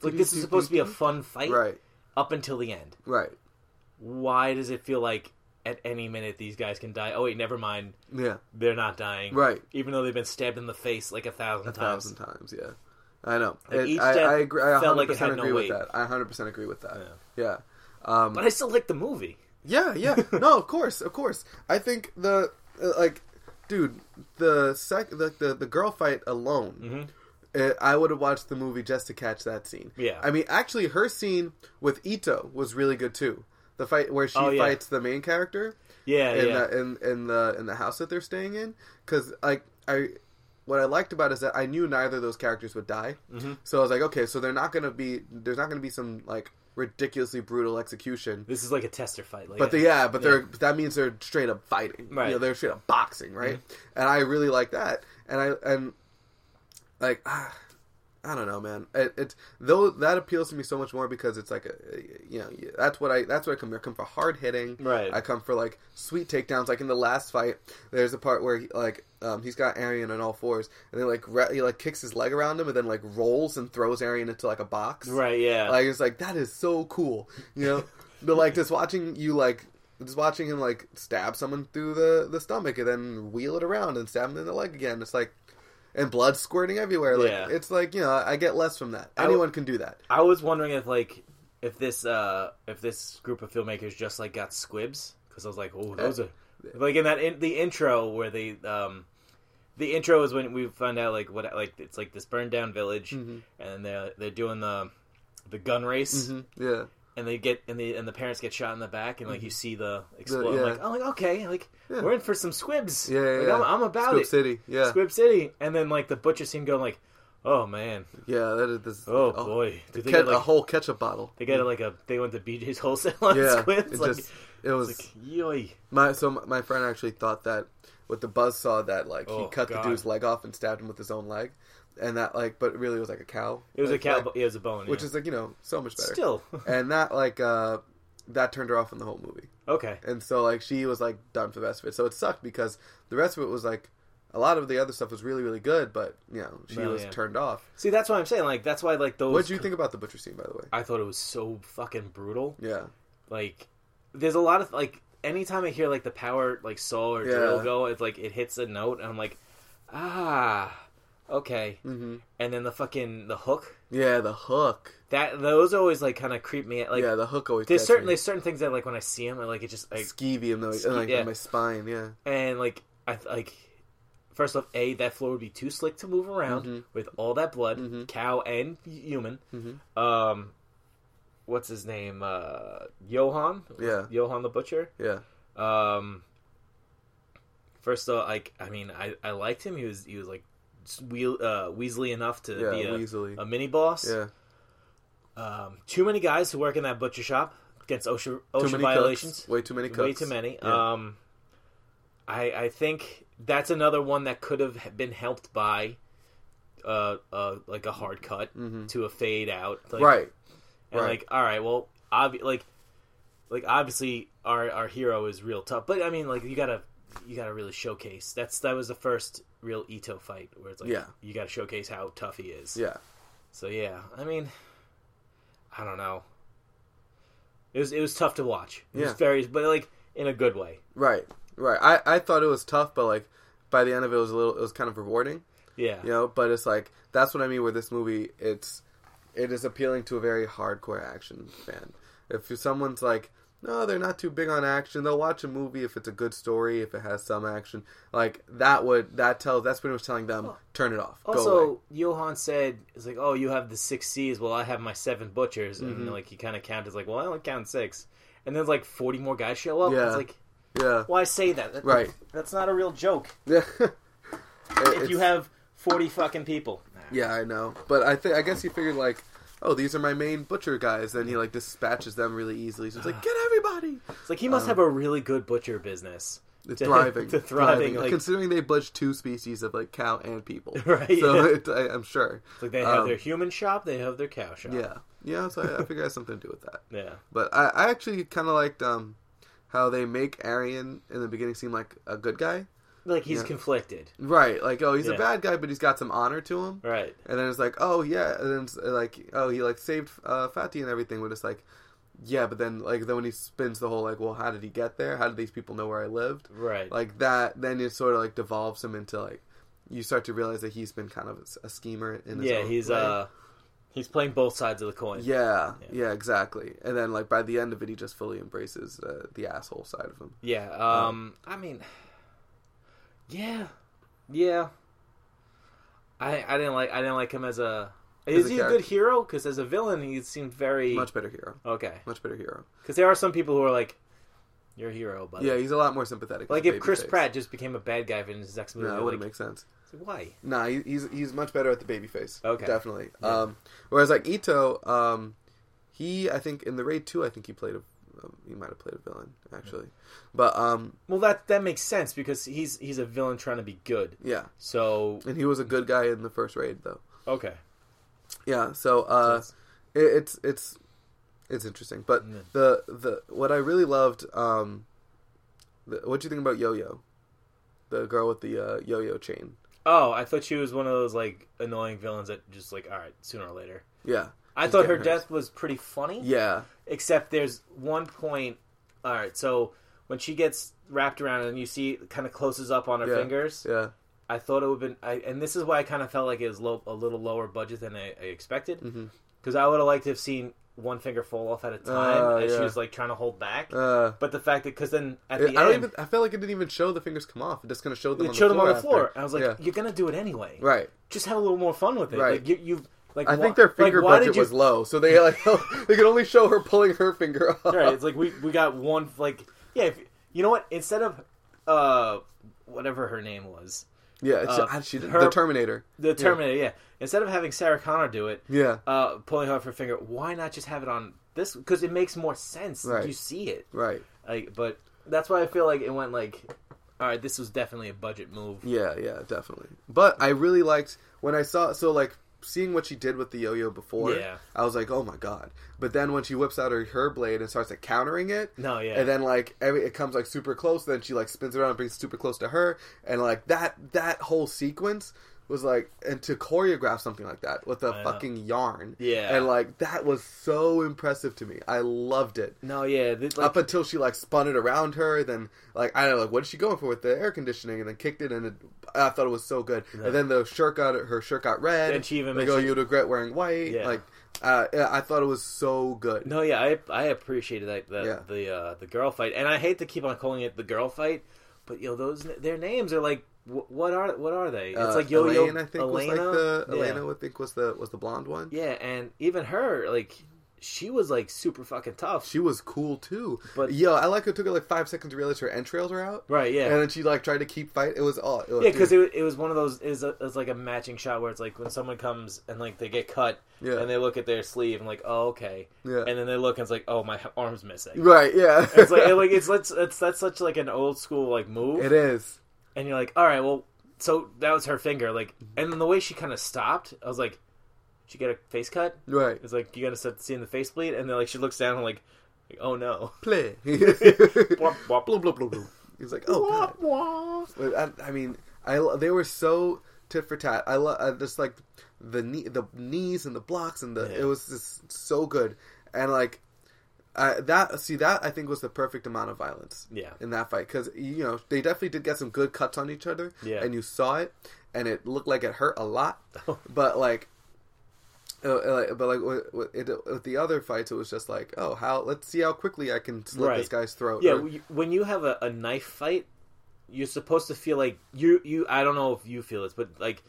B: Like
C: this is supposed to be a fun fight
B: right,
C: up until the end.
B: right,
C: Why does it feel like at any minute these guys can die? Oh wait, never mind.
B: yeah,
C: they're not dying.
B: Right.
C: Even though they've been stabbed in the face like a thousand
B: a
C: times.
B: thousand times, yeah. I know.
C: Like,
B: It-
C: each
B: I,
C: death
B: I agree. I
C: felt
B: hundred
C: like it
B: percent
C: had no
B: agree with
C: weight.
B: that. I hundred percent agree with that. Yeah, Um,
C: But I still like the movie.
B: yeah,
C: (laughs)
B: yeah. no, of course, of course. I think the uh, like, dude, the sec, the the, the girl fight alone. It, I would have watched the movie just to catch that scene.
C: Mm-hmm. Yeah.
B: I mean, actually, her scene with Ito was really good too. The fight where she
C: Oh, yeah.
B: fights the main character.
C: Yeah,
B: in
C: yeah.
B: the in, in the in the house that they're staying in because like I what I liked about it is that I knew neither of those characters would die,
C: Mm-hmm.
B: so I was like, okay, so they're not gonna be there's not gonna be some like ridiculously brutal execution.
C: This is like a tester fight. Like,
B: But they, yeah, but they're that means they're straight up fighting. Right.
C: Right. Mm-hmm.
B: You know, they're straight up boxing, right? And I really like that. And I and like ah, I don't know, man. It, it though that appeals to me so much more because it's like a you know that's what I that's what I come here. I come for hard hitting.
C: Right.
B: I come for like sweet takedowns. Like in the last fight, there's a part where he, like um, he's got Arian on all fours, and then like ra- he like kicks his leg around him, and then like rolls and throws Arian into like a box.
C: right, yeah.
B: Like it's like that is so cool, you know. but like just watching you like just watching him like stab someone through the the stomach and then wheel it around and stab him in the leg again. It's like and blood squirting everywhere. Like
C: Yeah.
B: it's like you know I get less from that.
C: w-
B: Anyone can do that.
C: I was wondering if like if this uh if this group of filmmakers just like got squibs because I was like, oh,
B: Uh,
C: those are like in that in the intro where they um. The intro
B: Mm-hmm.
C: is when we find out like what like it's like this burned down village, and they're they're doing the the gun race,
B: hmm Yeah.
C: and they get and the and the parents get shot in the back, and like you see the
B: Mm-hmm. The-
C: explode.
B: yeah.
C: I'm like, oh, like okay, like
B: Yeah.
C: we're in for some squibs.
B: Yeah, yeah,
C: like,
B: yeah.
C: I'm, I'm about
B: Squib
C: it.
B: City. Yeah.
C: Squib City, and then like the butcher scene going like, oh man,
B: Yeah, that is this.
C: oh, boy, did they
B: Ke-
C: get like
B: a whole ketchup bottle.
C: they got like a they went to BJ's wholesale on
B: Yeah,
C: (laughs) squibs.
B: it
C: like,
B: just it was
C: like yoy.
B: my so my- my friend actually thought that with the buzz saw that like he
C: Oh,
B: cut
C: God.
B: the dude's leg off and stabbed him with his own leg, and that like but really it was like a cow.
C: It was a
B: Like,
C: cow.
B: like,
C: it was a bone,
B: which
C: yeah.
B: is like you know so much better.
C: still (laughs)
B: and that like uh that turned her off in the whole movie,
C: okay.
B: and so like she was like done for the rest of it. So it sucked because the rest of it was like a lot of the other stuff was really really good, but you know she
C: No,
B: was
C: yeah.
B: turned off.
C: See, that's why I'm saying like that's why like those.
B: What do you think about the butcher scene, by the way?
C: I thought it was so fucking brutal.
B: Yeah,
C: Like, there's a lot of like anytime I hear like the power like soul or drill
B: Yeah.
C: go, it's like it hits a note, and I'm like, ah, okay.
B: hmm
C: And then the fucking the hook
B: yeah, the hook.
C: that those always like kind of creep me. out. Like
B: yeah, the hook always.
C: there's
B: gets
C: certain
B: me.
C: there's certain things that like when I see them, like it just like
B: skeevy in, the,
C: Ske-
B: in like,
C: yeah.
B: my spine. Yeah,
C: and like I th- like first off, a that floor would be too slick to move around
B: Mhm.
C: with all that blood,
B: Mhm.
C: cow and hu- human.
B: Mhm.
C: Um, what's his name? Uh, Johan.
B: Yeah.
C: Johan the butcher.
B: yeah,
C: Um, first off, like I mean, I I liked him. He was he was like s- wheel, uh, Weasley enough to
B: yeah.
C: be a,
B: Weasley.
C: a mini boss.
B: yeah,
C: Um, too many guys who work in that butcher shop gets OSHA,
B: too
C: OSHA
B: many
C: violations.
B: cooks. Way too many cooks.
C: Way too many.
B: Yeah.
C: Um, I I think that's another one that could have been helped by, uh, uh like a hard cut
B: Mhm.
C: to a fade out. Like,
B: right.
C: And
B: right.
C: like, all right, well, obvi- like, like obviously our our hero is real tough, but I mean, like, you gotta you gotta really showcase. That's that was the first real Ito fight where it's like,
B: Yeah.
C: you gotta showcase how tough he is.
B: Yeah.
C: So yeah, I mean, I don't know. It was it was tough to watch. It was
B: Yeah.
C: very, but like in a good way.
B: Right. Right. I I thought it was tough, but like by the end of it, it was a little. It was kind of rewarding,
C: Yeah.
B: you know. But it's like that's what I mean with this movie. It's it is appealing to a very hardcore action fan. If you- someone's like. No, they're not too big on action. They'll watch a movie if it's a good story, if it has some action. Like that would that tells that's pretty much telling them turn it off. Go away."
C: Oh. Also, Johan said, "It's like, oh, you have the six C's. Well, I have my seven butchers."
B: Mm-hmm.
C: And like he kind of counted, it's like, well, I only count six. And then like forty more guys show up.
B: Yeah.
C: It's like,
B: yeah, (laughs)
C: why say that? That-
B: Right.
C: That's not a real joke.
B: Yeah. (laughs)
C: If you have forty fucking people.
B: Yeah, I know. But I think I guess he figured like, oh, these are my main butcher guys, and he like dispatches them really easily. So it's like, get
C: (sighs)
B: everybody.
C: It's like he must have a really good butcher business.
B: They're
C: To-
B: Um,
C: (laughs)
B: thriving.
C: to thriving, like-
B: considering they butch two species of like cow and people.
C: (laughs) Right,
B: So
C: yeah.
B: it, I, I'm sure.
C: It's like they have
B: Um,
C: their human shop, they have their cow shop.
B: Yeah. Yeah, so I, I figure it has something to do with that.
C: Yeah.
B: But I, I actually kind of liked um, how they make Arian in the beginning seem like a good guy.
C: Like he's
B: Yeah.
C: conflicted.
B: Right. Like, oh, he's
C: Yeah.
B: a bad guy, but he's got some honor to him.
C: Right.
B: And then it's like, oh yeah, and then it's like, oh he like saved uh, Fatty and everything, but it's like, yeah, but then like then when he spins the whole like, well, how did he get there? How did these people know where I lived?
C: Right.
B: Like that, then it sort of like devolves him into like, you start to realize that he's been kind of a schemer in his
C: yeah,
B: own
C: he's
B: way.
C: uh he's playing both sides of the coin.
B: yeah,
C: Yeah.
B: yeah, exactly. And then like by the end of it, he just fully embraces uh, the asshole side of him.
C: Yeah, um I mean (sighs) Yeah. Yeah. I I didn't like I didn't like him as a Is
B: a
C: he a
B: character.
C: good hero? Because as a villain, he seemed very
B: Much better hero,
C: okay.
B: much better hero.
C: Because there are some people who are like, "You're a hero," but
B: Yeah, he's a lot more sympathetic.
C: like
B: as a
C: if Chris
B: babyface.
C: Pratt just became a bad guy in his next movie,
B: no, it
C: like,
B: wouldn't make sense.
C: why?
B: Nah, he, he's he's much better at the baby face.
C: Okay.
B: definitely.
C: Yeah.
B: Um, whereas like Ito, um, he I think in the raid two, I think he played a um, he might have played a villain actually, but um,
C: Well, that that makes sense because he's he's a villain trying to be good.
B: yeah,
C: So
B: and he was a good guy in the first raid though.
C: okay,
B: Yeah, so uh,
C: So
B: it, it's it's it's interesting, but
C: Yeah.
B: the the what I really loved um, the, what do you think about Yo Yo, the girl with the uh, yo yo chain?
C: oh, I thought she was one of those like annoying villains that just like all right, sooner or later.
B: Yeah,
C: I
B: Just
C: thought
B: getting
C: her
B: hers.
C: death was pretty funny.
B: yeah,
C: Except there's one point. All right, so when she gets wrapped around and you see it kind of closes up on her
B: Yeah.
C: fingers,
B: yeah,
C: I thought it would have been, I, and this is why I kind of felt like it was low, a little lower budget than I, I expected, because
B: Mhm.
C: I would have liked to have seen one finger fall off at a time
B: Uh,
C: as she
B: yeah.
C: was like trying to hold back.
B: uh.
C: but the fact that, because then at
B: It-
C: the
B: I don't
C: end,
B: even. I felt like it didn't even show the fingers come off. It just kind of showed them.
C: it
B: on
C: showed
B: the
C: them
B: floor
C: on the floor.
B: after.
C: I was like,
B: Yeah.
C: you're gonna do it anyway.
B: right,
C: Just have a little more fun with it.
B: Right.
C: Like you, you've Like
B: I
C: wha-
B: think their
C: like,
B: finger
C: why did
B: budget
C: you-
B: was low, so they like (laughs) they could only show her pulling her finger off.
C: Right, it's like we we got one like yeah. If, you know what? Instead of uh whatever her name was,
B: Yeah, it's,
C: Uh,
B: ah, she did,
C: her-
B: the Terminator.
C: the Terminator. Yeah. Instead of having Sarah Connor do it,
B: Yeah,
C: uh, pulling off her finger, why not just have it on this? Because it makes more sense.
B: Right.
C: You see it.
B: right.
C: Like, but that's why I feel like it went like, all right, this was definitely a budget move.
B: Yeah, yeah, definitely. But I really liked when I saw so like seeing what she did with the yo-yo before.
C: Yeah.
B: I was like, oh my god. But then when she whips out her her blade and starts like countering it.
C: No, yeah.
B: And then like every it comes like super close. Then she like spins around and brings it super close to her. And like that that whole sequence was like and to choreograph something like that with a
C: I know.
B: fucking yarn.
C: Yeah.
B: And like that was so impressive to me. I loved it.
C: no, yeah. This, like,
B: Up until she like spun it around her, then like I don't know, like what is she going for with the air conditioning, and then kicked it, and it, I thought it was so good.
C: Yeah.
B: And then the shirt got her shirt got red,
C: And she even
B: like oh
C: mentioned-
B: you'd regret wearing white,
C: Yeah.
B: like uh, yeah, I thought it was so good.
C: no, yeah. I I appreciated that the
B: Yeah.
C: the uh, the girl fight, and I hate to keep on calling it the girl fight, but you know those their names are like. wh- What are what are they? It's
B: Uh,
C: like Yo Yo
B: Elaine, I think was like the Elena, I think was the was the blonde one.
C: Yeah, and even her, like, she was like super fucking tough.
B: She was cool too,
C: But-
B: but yo, I like it took her like five seconds to realize her entrails were out,
C: right? Yeah.
B: and then she like tried to keep fight. It was all it was,
C: yeah, because it, it was one of those. It was, a, it was like a matching shot where it's like when someone comes and like they get cut,
B: Yeah.
C: and they look at their sleeve and like, oh okay,
B: Yeah.
C: and then they look and it's like, oh my arm's
B: (laughs)
C: missing.
B: right, yeah,
C: It's like, it, like it's, it's it's that's such like an old school like move,
B: it is.
C: and you're like, all right, well, so that was her finger, like, and then the way she kind of stopped, I was like, she get a face cut.
B: Right,
C: It's like you gotta start seeing the face bleed, and then like she looks down and like, like oh no,
B: (laughs) play.
C: Womp, womp.
B: Blub, blub, blub, blub. He's like, oh, God. But I, I mean, I lo- they were so tit for tat. I love just like the knee, the knees and the blocks and the
C: Yeah.
B: it was just so good. And like I, that, see that I think was the perfect amount of violence.
C: Yeah.
B: in that fight because you know they definitely did get some good cuts on each other.
C: Yeah.
B: and you saw it, and it looked like it hurt a (laughs) lot, but like. Uh, uh, but like with, with, it, with the other fights, it was just like, oh, how? Let's see how quickly I can slit
C: Right.
B: this guy's throat.
C: Yeah,
B: or-
C: w- when you have a, a knife fight, you're supposed to feel like you you. I don't know if you feel this, but like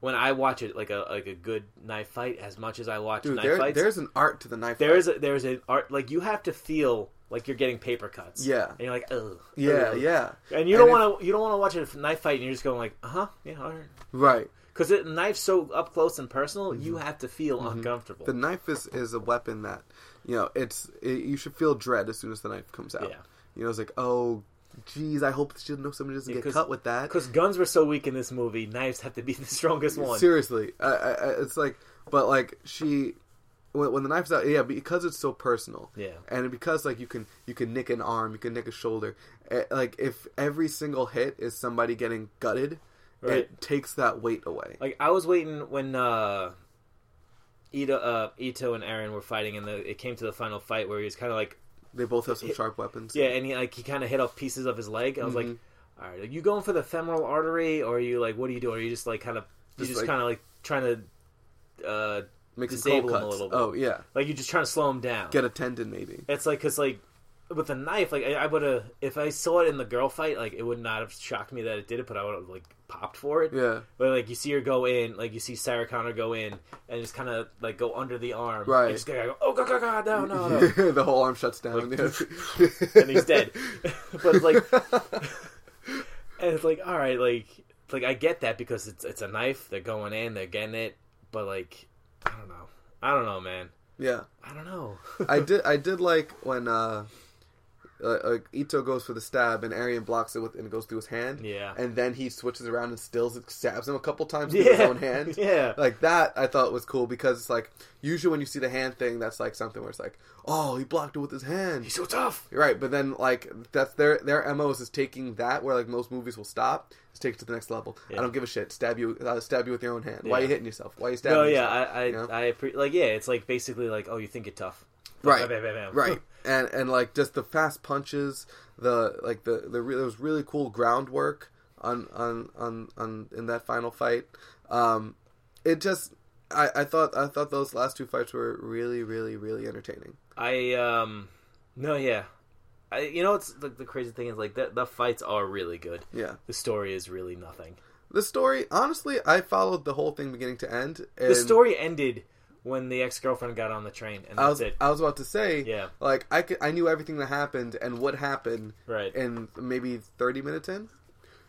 C: when I watch it, like a like a good knife fight, as much as I watch
B: Dude,
C: knife
B: there-
C: fights,
B: there's an art to the knife.
C: there
B: fight.
C: is a, there's an art like you have to feel like you're getting paper cuts.
B: Yeah.
C: and you're like, oh,
B: yeah, yeah,
C: And you don't
B: if-
C: want to you don't want to watch a f- knife fight, and you're just going like, uh huh, yeah, all right.
B: right.
C: Because the knife's so up close and personal, you have to feel uncomfortable.
B: Mm-hmm. The knife is is a weapon that you know it's it, you should feel dread as soon as the knife comes out.
C: Yeah.
B: You know, it's like oh, geez, I hope she doesn't know somebody doesn't
C: Yeah,
B: get
C: 'cause-
B: cut with that.
C: Because guns were so weak in this movie, knives have to be (laughs) the strongest one.
B: Seriously, I, I, I- it's like, but like she, when, when the knife's out, yeah, because it's so personal,
C: Yeah.
B: and because like you can you can nick an arm, you can nick a shoulder, eh, like if every single hit is somebody getting gutted,
C: Right.
B: it takes that weight away.
C: Like I was waiting when uh Ito, uh Ito and Aaron were fighting and the, it came to the final fight where he was kind of like
B: they both have some sharp weapons.
C: yeah and he like he kind of hit off pieces of his leg. I was like
B: Mm-hmm.
C: all right, are you going for the femoral artery or are you like what are you doing? Are you just like kind of you
B: Just,
C: just
B: like-
C: kind of like trying to uh
B: make some
C: disable
B: cold
C: him a
B: cuts.
C: little bit.
B: Oh yeah,
C: like you're just trying to slow him down.
B: get a tendon maybe.
C: it's like cuz like with a knife like I, I would have if I saw it in the girl fight like it would not have shocked me that it did it but I would have like popped for it.
B: Yeah,
C: But like you see her go in, like you see Sarah Connor go in and just kind of like go under the arm,
B: Right.
C: And just kind of go, oh god, god, god, no, no,
B: (laughs)
C: no,
B: the whole arm shuts
C: (laughs)
B: down, yeah.
C: and he's dead. (laughs) but it's like, (laughs) and it's like, all right, like, it's like I get that because it's it's a knife. They're going in, they're getting it. But like, I don't know, I don't know, man,
B: yeah,
C: I don't know.
B: I did. I did like when uh, uh, uh, Ito goes for the stab and Arian blocks it with and it goes through his hand.
C: Yeah.
B: and then he switches around and stills it, stabs him a couple times with his
C: (laughs) Yeah.
B: own hand.
C: Yeah.
B: like that. I thought was cool because it's like usually when you see the hand thing, that's like something where it's like, oh, he blocked it with his hand.
C: He's so tough.
B: Right, but then like that's their their mo is taking that where like most movies will stop, just take it to the next level. I don't give a shit. Stab you, uh, stab you with your own hand. Why are you
C: Yeah.
B: hitting yourself? Why are you stabbing?
C: No, yeah,
B: yourself?
C: I, I,
B: You know?
C: I, appre- like, yeah, it's like basically like, oh, you think you're tough, Bam, bam, bam,
B: right,
C: bam.
B: right, (laughs) and and like just the fast punches, the like the the re- there was really cool groundwork on on on on in that final fight. Um, it just I I thought I thought those last two fights were really really really entertaining.
C: I um no yeah. I, you know it's the, the crazy thing is like the the fights are really good.
B: Yeah,
C: The story is really nothing.
B: The story, honestly, I followed the whole thing beginning to end. And
C: The story ended when the ex girlfriend got on the train, and
B: I
C: that's
B: was, uh,
C: it.
B: I was about to say,
C: Yeah.
B: like I, could, I knew everything that happened and what happened,
C: Right.
B: And maybe thirty minutes in,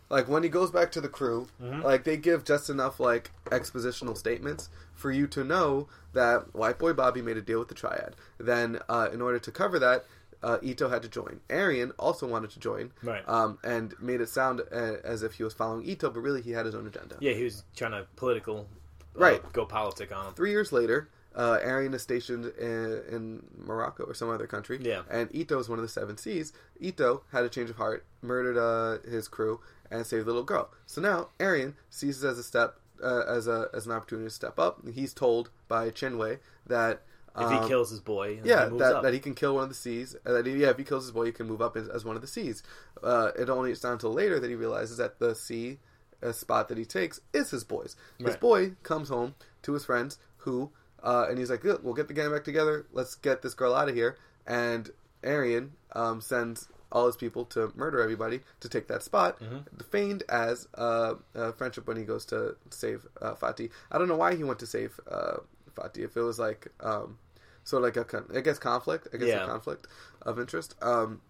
B: like when he goes back to the crew,
C: Mm-hmm.
B: like they give just enough like expositional statements for you to know that White Boy Bobby made a deal with the Triad. Then, uh, in order to cover that. Uh, Ito had to join. Arian also wanted to join,
C: Right.
B: Um, and made it sound uh, as if he was following Ito, but really he had his own agenda.
C: Yeah, he was trying to political, uh,
B: Right.
C: Go politic on him.
B: Um, Three years later, uh, Arian is stationed in, in Morocco or some other country.
C: Yeah.
B: And Ito is one of the Seven Seas. Ito had a change of heart, murdered uh, his crew, and saved the little girl. So now Arian sees this as a step, uh, as a as an opportunity to step up. He's told by Chinwei that
C: If
B: um,
C: he kills his boy, then
B: yeah,
C: he moves
B: that,
C: up.
B: that he can kill one of the seas. And that he, yeah, if he kills his boy, he can move up as, as one of the seas. Uh, it only it's not until later that he realizes that the sea uh, spot that he takes is his boy's. His
C: Right.
B: boy comes home to his friends who, uh, and he's like, "Good, we'll get the gang back together. Let's get this girl out of here." And Arian um, sends all his people to murder everybody to take that spot,
C: Mm-hmm.
B: feigned as uh, uh, friendship when he goes to save uh, Fati. I don't know why he went to save uh, Fati. If it was like um, sort of like a con- I guess conflict, I guess
C: Yeah.
B: a conflict of interest. Um,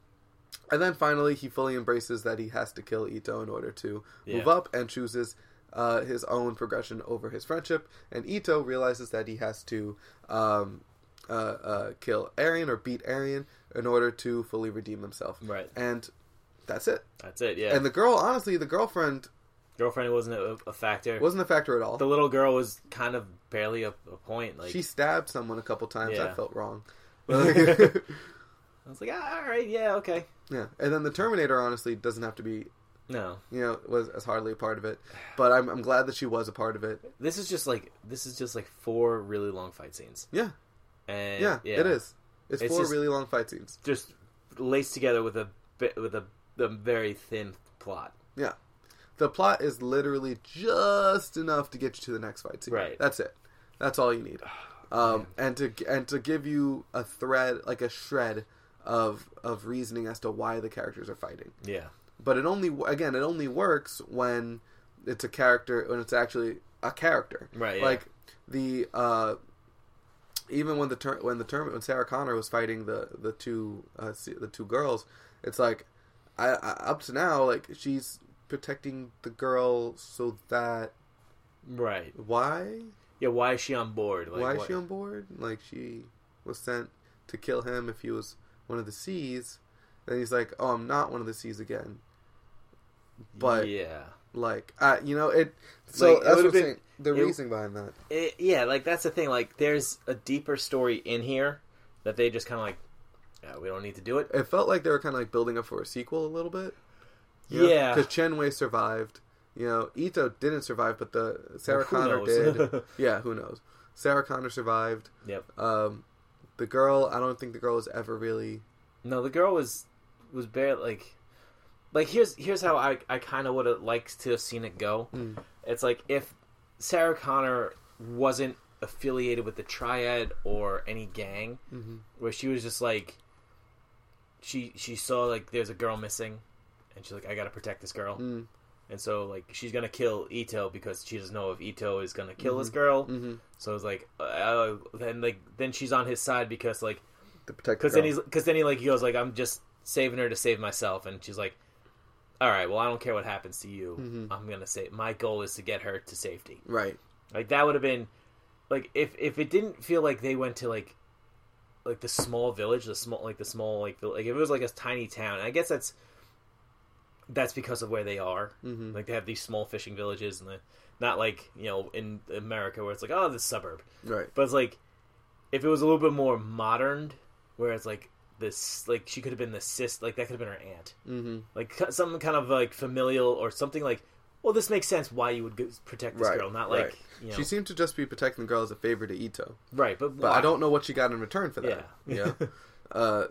B: and then finally, he fully embraces that he has to kill Ito in order to move
C: Yeah.
B: up, and chooses uh, his own progression over his friendship. And Ito realizes that he has to um, uh, uh, kill Arian or beat Arian in order to fully redeem himself.
C: Right.
B: and that's it.
C: That's it. Yeah,
B: And the girl, honestly, the girlfriend
C: girlfriend wasn't a, a factor.
B: wasn't a factor at all.
C: the little girl was kind of barely a, a point. Like
B: she stabbed someone a couple times. I
C: Yeah.
B: felt
C: (laughs)
B: wrong. (laughs)
C: I was like, ah, all right, yeah, okay.
B: Yeah, and then the Terminator honestly doesn't have to be,
C: No,
B: you know, was as hardly a part of it. But I'm, I'm glad that she was a part of it.
C: this is just like this is just like four really long fight scenes.
B: Yeah,
C: And
B: yeah, it is. It's,
C: It's
B: four
C: just-
B: really long fight scenes.
C: just laced together with a bit with a, a very thin plot.
B: Yeah, the plot is literally just enough to get you to the next fight scene.
C: Right.
B: That's it. That's all you need. Um, and to and to give you a thread, like a shred of of reasoning as to why the characters are fighting.
C: Yeah,
B: but it only again it only works when it's a character when it's actually a character
C: Right, yeah.
B: like the uh even when the ter- when the term when sarah connor was fighting the the two uh se- the two girls it's like I, I up to now like she's protecting the girl so that
C: right.
B: why
C: Yeah, why is she on board? Like,
B: why is
C: what-
B: she on board? Like she was sent to kill him if he was one of the C's. Then he's like, "Oh, I'm not one of the C's again." But
C: yeah,
B: like, uh, you know, it. So
C: Like, it
B: that's what
C: would've
B: I'm
C: been-
B: saying. The
C: it-
B: reasoning behind that,
C: It- yeah, like that's the thing. Like, there's a deeper story in here that they just kind of like, yeah, we don't need to do it.
B: it felt like they were kind of like building up for a sequel a little bit.
C: Yeah.
B: because Chenwei survived. You know, Ito didn't survive, but the Sarah
C: Well, who
B: Connor
C: knows? (laughs)
B: did. yeah, who knows? Sarah Connor survived.
C: Yep.
B: Um, the girl, I don't think the girl was ever really.
C: No, the girl was was barely like like here's here's how I I kind of would have liked to have seen it go. It's like if Sarah Connor wasn't affiliated with the Triad or any gang, where she was just like she she saw like there's a girl missing, and she's like I gotta protect this girl. And so, like, she's gonna kill Ito because she doesn't know if Ito is gonna kill this girl. So it's like, uh, then like, then she's on his side because like
B: To protect
C: because
B: the girl.
C: then he's because then he like he goes like I'm just saving her to save myself, and she's like, "All right, well I don't care what happens to you. I'm gonna say my goal is to get her to safety."
B: right.
C: Like that would have been like if if it didn't feel like they went to like like the small village, the small like the small like vill- like if it was like a tiny town. And I guess that's that's because of where they are. Mm-hmm. Like they have these small fishing villages and the not like you know in America where it's like oh the suburb.
B: Right.
C: But it's like if it was a little bit more modern, where it's like this, like she could have been the sis, like that could have been her aunt, mm-hmm. like ki- some kind of like familial or something like. Well, this makes sense why you would go- protect this girl, not like
B: right.
C: you know,
B: she seemed to just be protecting the girl as a favor to Ito,
C: right, but,
B: but
C: why?
B: I don't know what she got in return for that.
C: Yeah.
B: Yeah,
C: (laughs)
B: uh,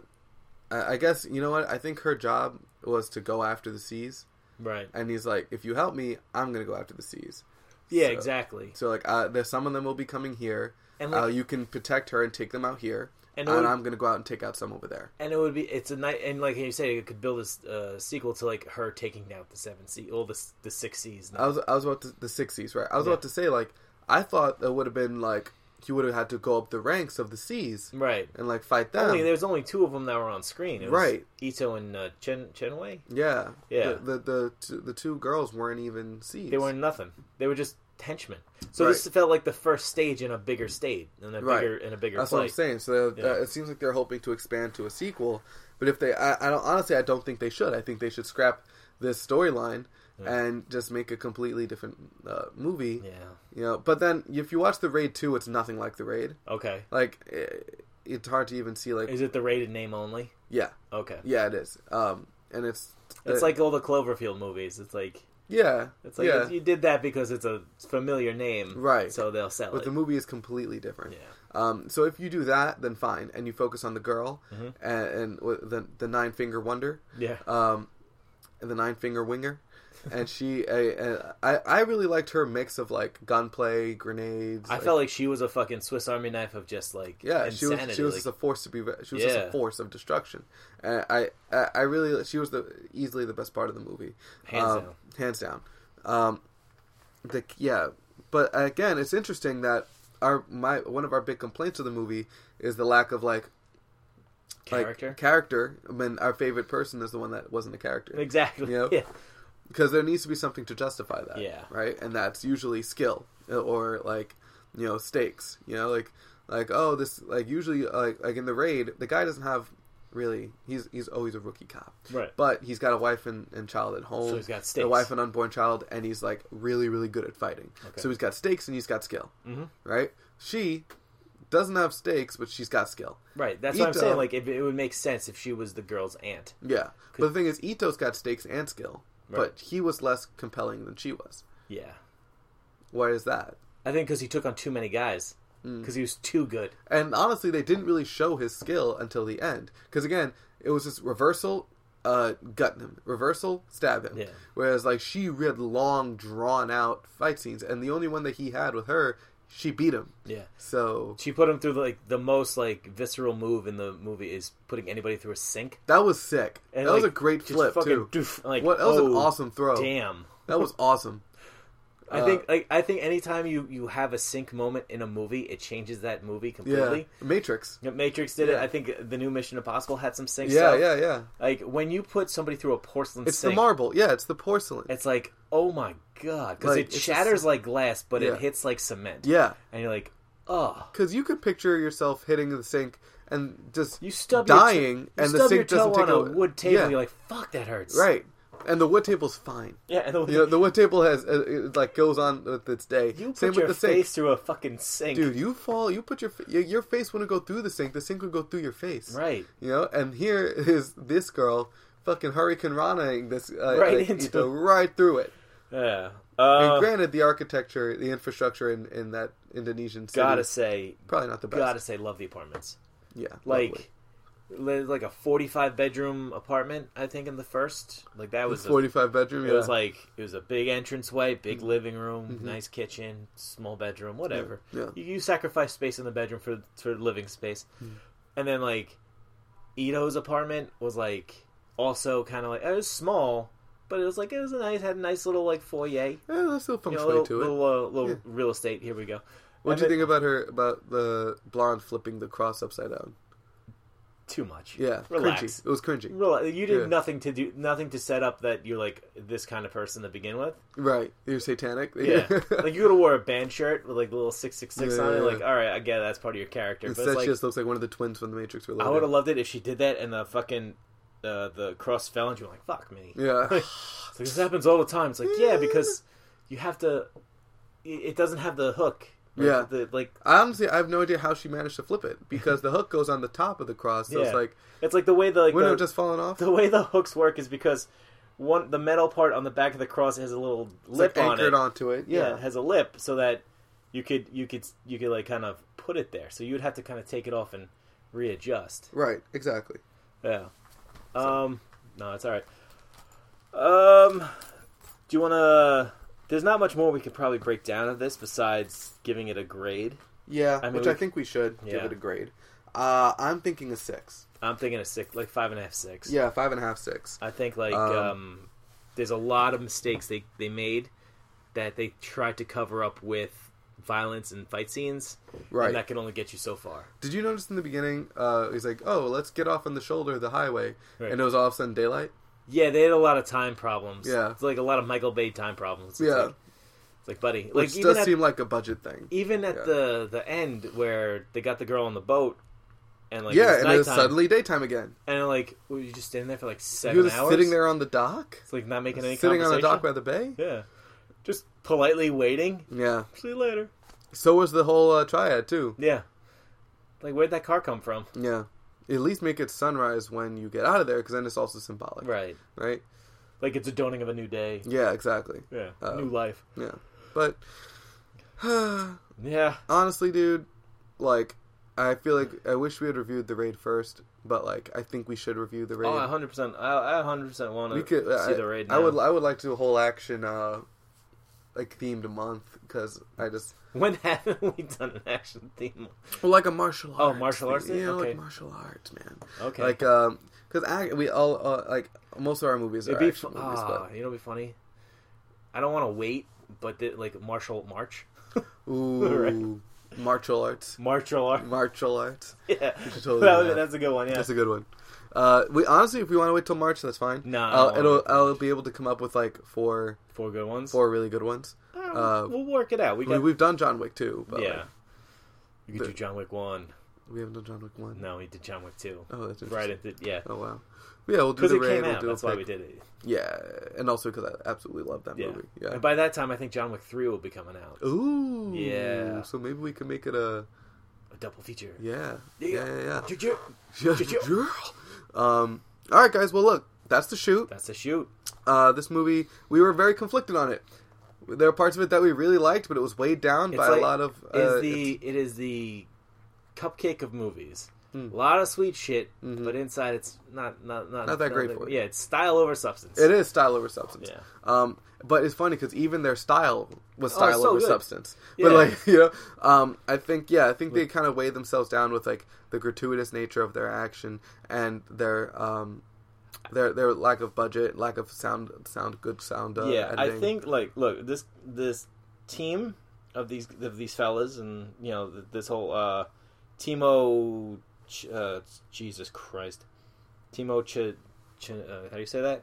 B: I, I guess you know what I think her job was to go after the seas,
C: right,
B: and he's like, if you help me, I'm gonna go after the seas.
C: yeah,
B: so-
C: exactly,
B: So like, uh, there's some of them will be coming here.
C: And,
B: uh,
C: like-
B: you can protect her and take them out here,
C: And it would-
B: and I'm gonna go out and take out some over there.
C: And it would be it's a night and like you say it could build a s- uh, sequel to like her taking out the seven C all the s- the six C's.
B: I was I was about to the sixties, right? I was
C: Yeah.
B: about to say like I thought that would have been like he would have had to go up the ranks of the seas
C: right.
B: and like fight them.
C: Only there's only two of them that were on screen. It was
B: Right.
C: Ito and uh, Chen Chenwei.
B: yeah,
C: Yeah.
B: The the the two, the two girls weren't even seas.
C: They were nothing. They were just henchmen. So this
B: Right.
C: felt like the first stage in a bigger stage in a
B: Right.
C: bigger in a bigger
B: That's
C: play.
B: what I'm saying. So uh,
C: Yeah.
B: it seems like they're hoping to expand to a sequel, but if they, I, I don't honestly, I don't think they should. I think they should scrap this storyline and just make a completely different uh, movie.
C: Yeah.
B: You know, but then if you watch the Raid two, it's nothing like the Raid.
C: Okay.
B: Like it, it's hard to even see. Like
C: Is it the rated name only?
B: yeah,
C: Okay.
B: yeah, it is. Um, and it's
C: It's
B: uh,
C: like all the Cloverfield movies. It's like
B: yeah,
C: it's like
B: yeah.
C: you did that because it's a familiar name,
B: Right.
C: So they'll sell
B: But
C: it.
B: the movie is completely different.
C: Yeah.
B: Um, so if you do that, then fine, and you focus on the girl
C: Mm-hmm.
B: and, and with the the nine finger wonder.
C: yeah.
B: um, the nine finger winger, and she, uh, I, I really liked her mix of like gunplay, grenades.
C: I
B: like-
C: felt like she was a fucking Swiss Army knife of just like
B: yeah,
C: insanity.
B: she was she was
C: like,
B: just a force to be, re- she was just
C: Yeah.
B: a force of destruction. And I, I, I really, she was the easily the best part of the movie,
C: Hands
B: Um,
C: down.
B: hands down. Um, the yeah, but again, it's interesting that our my one of our big complaints of the movie is the lack of like. like,
C: character.
B: character. I mean, our favorite person is the one that wasn't a character.
C: exactly.
B: Yep.
C: (laughs) Yeah.
B: because there needs to be something to justify that.
C: Yeah.
B: Right, and that's usually skill uh, or like you know stakes. You know, like like oh this like usually uh, like like in the raid the guy doesn't have really he's he's always a rookie cop
C: Right.
B: but he's got a wife and, and child at home
C: So he's got
B: a
C: stakes.
B: wife and unborn child and he's like really really good at fighting
C: Okay. Mm-hmm.
B: so he's got stakes and he's got skill right she doesn't have stakes but she's got skill
C: Right. That's what I'm
B: Ito-
C: saying. Like, if it would make sense if she was the girl's aunt.
B: yeah but the thing is ito's got stakes and skill
C: Right.
B: but he was less compelling than she was
C: Yeah.
B: why is that
C: I think because he took on too many guys.
B: Hmm.
C: Because he was too good.
B: And honestly, they didn't really show his skill until the end. Because again, it was just reversal, uh, gut him, reversal, stab him.
C: Yeah.
B: Whereas like she had long, drawn out fight scenes, and the only one that he had with her, she beat him.
C: Yeah.
B: So
C: She put him through like the most like visceral move in the movie is putting anybody through a sink.
B: that was sick.
C: And,
B: that was a
C: like,
B: great
C: just
B: flip
C: fucking
B: too.
C: doof, like,
B: what? That was an
C: oh,
B: awesome Uh, throw.
C: Damn.
B: That was
C: (laughs)
B: awesome.
C: I think like I think anytime you you have a sink moment in a movie, it changes that movie
B: Yeah.
C: completely.
B: Matrix.
C: Yeah, Matrix did it.
B: Yeah.
C: I think the new Mission Impossible had some sync
B: Yeah,
C: stuff.
B: yeah, yeah.
C: Like when you put somebody through a porcelain
B: It's
C: sink,
B: the marble. Yeah, it's the porcelain.
C: it's like, oh my god, because
B: Like,
C: it
B: it's
C: shatters like glass, but
B: Yeah.
C: it hits like cement.
B: yeah.
C: and you're like, oh,
B: Because you could picture yourself hitting the sink and just
C: you stub your
B: dying,
C: you
B: and
C: stub
B: the sink
C: your toe
B: doesn't take
C: on a
B: away-
C: wood table.
B: Yeah,
C: You're like, fuck, that hurts.
B: right, and the wood table's fine.
C: Yeah, and the,
B: You know, the wood table has uh, it, like goes on with its day.
C: you put
B: Same
C: your
B: with the
C: face
B: sink,
C: through a fucking sink,
B: dude. You fall, you put your fa- your- your face wouldn't go through the sink. The sink would go through your face.
C: Right.
B: You know, and here is this girl fucking hurricane ranaing this uh,
C: Right
B: like,
C: into
B: Ito
C: it.
B: right through it.
C: Yeah.
B: I mean,
C: Uh,
B: granted, the architecture, the infrastructure in, in that Indonesian city,
C: gotta say,
B: probably not the best.
C: gotta say, love the apartments.
B: yeah,
C: Like, li- like a 45 bedroom apartment, I think in the first. Like that was a-
B: forty-five bedroom.
C: It
B: yeah. Mm-hmm.
C: was like it was a big entranceway, big living room, nice kitchen, small bedroom, whatever.
B: Yeah, yeah.
C: You, you sacrifice space in the bedroom for for living space,
B: Mm-hmm.
C: and then like Ito's apartment was like also kind of like it was small, but it was like it was a nice had a nice little like foyer,
B: yeah,
C: you
B: there's still feng
C: know,
B: shui
C: little
B: to it.
C: little, uh, little
B: Yeah.
C: real estate. Here we go.
B: What do you
C: And then-
B: think about her about the blonde flipping the cross upside down?
C: Too much.
B: Yeah,
C: relax.
B: cringy. It was cringy.
C: Relax. You did
B: Yeah.
C: nothing to do, nothing to set up that you're like this kind of person to begin with.
B: Right, you're satanic.
C: Yeah, (laughs)
B: (laughs)
C: like you would have wore a band shirt with like the little six six six on it.
B: Yeah.
C: Like, all right, I get it, that's part of your character. But
B: instead,
C: it's like,
B: she just looks like one of the twins from the Matrix.
C: I would have
B: Reloaded.
C: loved it if she did that and the fucking uh, the cross fell and you were like, fuck me.
B: Yeah,
C: It's (laughs) like, this happens all the time. It's like, yeah, because you have to. It doesn't have the hook. Like,
B: Yeah.
C: the, like
B: I honestly, I have no idea how she managed to flip it because the hook goes on the top of the cross. So
C: yeah,
B: it's like
C: it's like the way the like
B: wouldn't it
C: the,
B: have just fallen off.
C: the way the hooks work is because one the metal part on the back of the cross has a little
B: It's
C: lip
B: like
C: on
B: anchored
C: it.
B: onto it.
C: yeah.
B: Yeah,
C: it has a lip so that you could you could you could like kind of put it there so you'd have to kind of take it off and readjust
B: right. Exactly.
C: yeah um no it's all right um do you want to there's not much more we could probably break down of this besides giving it a grade
B: Yeah,
C: I mean,
B: which
C: we
B: I think we should
C: Yeah.
B: give it a grade. Uh, I'm thinking a six.
C: I'm thinking a six, like five and a half, six.
B: Yeah, five and a half, six.
C: I think like
B: Um,
C: um, there's a lot of mistakes they they made that they tried to cover up with violence and fight scenes.
B: Right.
C: And that can only get you so far.
B: Did you notice in the beginning? Uh, he's like, "Oh, let's get off on the shoulder of the highway,"
C: Right.
B: and it was all of a sudden daylight.
C: Yeah, they had a lot of time problems.
B: Yeah.
C: It's like a lot of Michael Bay time problems. It's
B: Yeah.
C: Like, it's like buddy, like
B: Which
C: even
B: does
C: at,
B: seem like a budget thing.
C: even at
B: yeah.
C: the the end where they got the girl on the boat and like
B: yeah,
C: it was
B: and it was
C: nighttime,
B: suddenly daytime again.
C: and like were you just standing there for like seven
B: You're just
C: hours
B: sitting there on the dock,
C: It's like not making any
B: sitting on the
C: conversation.
B: dock by the bay.
C: Yeah. Just politely waiting.
B: Yeah.
C: See you later.
B: So was the whole uh, triad too.
C: Yeah. Like where'd that car come from?
B: Yeah. At least make it sunrise when you get out of there, because then it's also symbolic, right.
C: Right. Like it's a dawning of a new day.
B: Yeah, exactly.
C: Yeah.
B: Uh,
C: new life.
B: Yeah, but
C: Yeah.
B: honestly, dude, like, I feel like I wish we had reviewed the raid first, but like, I think we should review the raid.
C: Oh, 100%. I, I 100% want
B: we
C: to
B: could.
C: see
B: I,
C: the raid now.
B: I would. I would like to do a whole action, uh, like themed month, because I just
C: (laughs) When haven't we done an action theme?
B: well, like a martial
C: Oh,
B: arts.
C: martial arts?
B: Yeah, you know,
C: Okay.
B: like martial arts, man.
C: Okay.
B: Like, um, because we all uh, like most of our movies are
C: It'd be
B: action
C: fun.
B: movies, but
C: ah, you know, what'd be funny. I don't want to wait, but the, like martial march, (laughs)
B: ooh, martial arts,
C: martial
B: (laughs)
C: art.
B: martial arts.
C: Yeah,
B: totally
C: (laughs) That
B: do
C: would-
B: that.
C: that's a good one. Yeah,
B: That's a good one. Uh, we honestly, if we want to wait till March, that's fine.
C: No, I don't
B: I'll,
C: wanna
B: it'll
C: wait till
B: I'll be able to come up with like four
C: four good ones.
B: four really good ones.
C: Uh,
B: uh,
C: we'll work it out. We
B: I mean,
C: got
B: we've done John Wick two, but
C: yeah.
B: like,
C: You could do John Wick one.
B: we haven't done John Wick one.
C: No, he did John Wick two.
B: Oh, that's interesting.
C: right. It did, yeah,
B: Oh wow. Yeah, we'll do
C: because
B: the
C: it
B: raid.
C: came
B: We'll
C: out.
B: do a
C: That's why we
B: pick.
C: did it.
B: Yeah, and also because I absolutely love that
C: Yeah.
B: movie. Yeah.
C: And by that time, I think John Wick three will be coming out.
B: Ooh.
C: Yeah.
B: So maybe we can make it a
C: A double feature.
B: yeah.
C: Yeah.
B: Yeah, yeah, yeah.
C: Ju-ju.
B: Yeah, girl. um. All right, guys. Well, look, that's the shoot.
C: That's a shoot.
B: uh, this movie, we were very conflicted on it. There are parts of it that we really liked, but it was weighed down by
C: like-
B: a lot of. Uh,
C: is the it is the cupcake of movies.
B: Hmm.
C: A lot of sweet shit, but inside it's not not not,
B: Mm-hmm. Not that great for you.
C: Yeah, it's style over substance.
B: it is style over substance.
C: Yeah.
B: Um, but it's funny because even their style was
C: Oh, it's
B: style
C: so
B: over
C: good.
B: substance.
C: Yeah.
B: But like (laughs) you know, um, I think yeah, I think they kind of weighed themselves down with like the gratuitous nature of their action and their um, their their lack of budget, lack of sound, sound good sound. Uh,
C: yeah, I
B: editing.
C: think like look this this team of these of these fellas and you know th- this whole uh Timo Ch- uh, Jesus Christ Timo Ch, Ch uh, how do you say that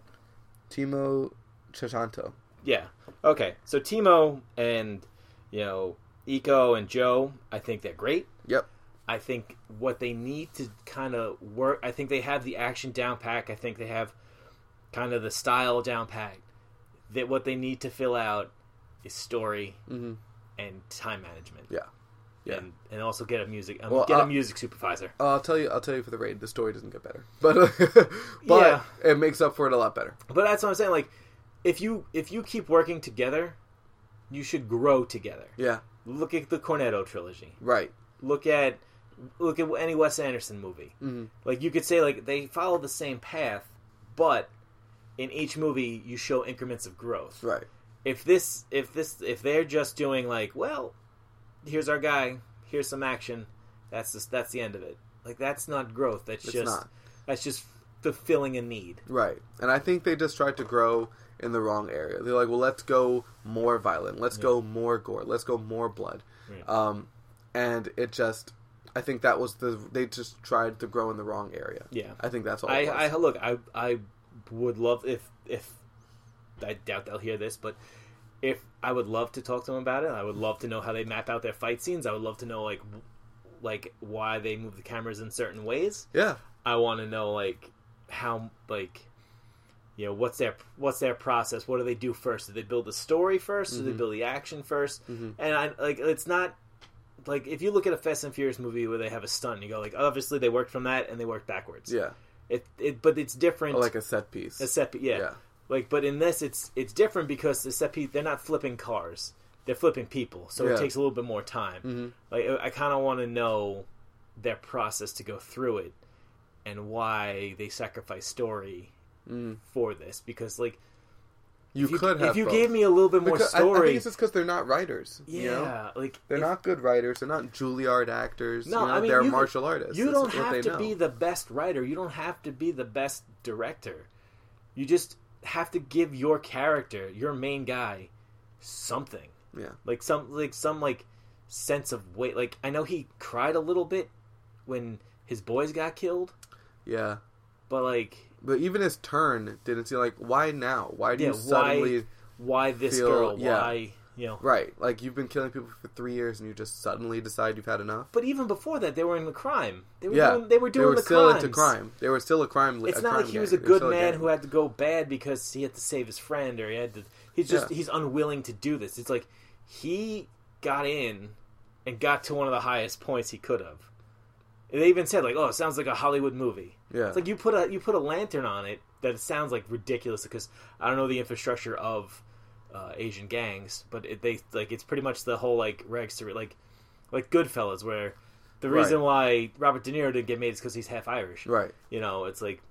B: Timo Chisanto.
C: Yeah. Okay. So Timo and you know Eco and Joe, I think they're great.
B: Yep.
C: I think what they need to kind of work. I think they have the action down pack. I think they have kind of the style down pack. That what they need to fill out is story and time management.
B: Yeah. Mm-hmm. Yeah.
C: And, and also get a music um,
B: Well,
C: get
B: uh,
C: a music supervisor.
B: Uh, I'll tell you. I'll tell you for the raid. The story doesn't get better, (laughs) but but it makes up for it a lot better.
C: But that's what I'm saying. Like if you if you keep working together, you should grow together.
B: Yeah,
C: Look at the Cornetto trilogy.
B: right.
C: look at look at any Wes Anderson movie.
B: Mm-hmm.
C: Like you could say like they follow the same path, but in each movie you show increments of growth.
B: Right.
C: If this if this if they're just doing like, well, here's our guy, here's some action, that's just that's the end of it. Like that's not growth. That's just
B: not.
C: that's just fulfilling a need.
B: Right. And I think they just tried to grow in the wrong area. They're like, well, let's go more violent. Let's go more gore. Let's go more blood. Um, and it just, I think that was the they just tried to grow in the wrong area.
C: Yeah.
B: I think that's all.
C: I,
B: it was.
C: I look, I I would love if if I doubt they'll hear this, but if I would love to talk to them about it, I would love to know how they map out their fight scenes. I would love to know like w- like why they move the cameras in certain ways.
B: yeah.
C: I want to know like how like you know what's their what's their process? What do they do first? Do they build the story 1st Do
B: Mm-hmm.
C: they build the action 1st And I like it's not like if you look at a Fast and Furious movie where they have a stunt, you go like obviously they worked from that and they worked backwards.
B: Yeah.
C: It, it but it's different.
B: Or like a set piece.
C: a set, piece, yeah.
B: Yeah.
C: Like, but in this, it's it's different because the set piece they're not flipping cars, they're flipping people, so
B: Yeah. Mm-hmm.
C: it takes a little bit more time. Like, I, I kind of want to know their process to go through it and why they sacrifice story for this because like
B: Mm. You
C: if you,
B: could have
C: if you
B: both.
C: gave me a little bit more
B: Because- I- I,
C: story.
B: think it's just because they're not writers.
C: yeah,
B: you know?
C: like
B: they're
C: if-
B: not good writers. They're not Juilliard actors.
C: No,
B: you know?
C: I mean
B: they're
C: you,
B: martial artists.
C: You
B: This
C: don't
B: is what
C: have
B: they
C: to
B: know.
C: be the best writer. You don't have to be the best director. You just have to give your character, your main guy, something
B: yeah.
C: like some like some like sense of weight. Like I know he cried a little bit when his boys got killed,
B: Yeah.
C: but like
B: But even his turn didn't seem like why now? Why do
C: yeah,
B: you
C: why
B: suddenly
C: why this
B: feel-
C: girl?
B: yeah.
C: Why you know?
B: right? Like you've been killing people for three years and you just suddenly decide you've had enough.
C: But even before that, they were in the crime. They were
B: yeah,
C: doing, they were doing the
B: still
C: crimes.
B: into crime. They were still a crime.
C: It's
B: a
C: not
B: crime
C: like he was a
B: gang. They were
C: good
B: still
C: man
B: gang.
C: who had to go bad because he had to save his friend or he had to. He's just
B: Yeah.
C: he's unwilling to do this. It's like he got in and got to one of the highest points he could have. And They even said like, "Oh, it sounds like a Hollywood movie."
B: Yeah.
C: It's like you put a you put a lantern on it that it sounds like ridiculous because I don't know the infrastructure of uh, Asian gangs, but it, they like it's pretty much the whole like rags to like like Goodfellas where the
B: Right.
C: reason why Robert De Niro didn't get made is because he's half Irish.
B: Right.
C: You know, it's like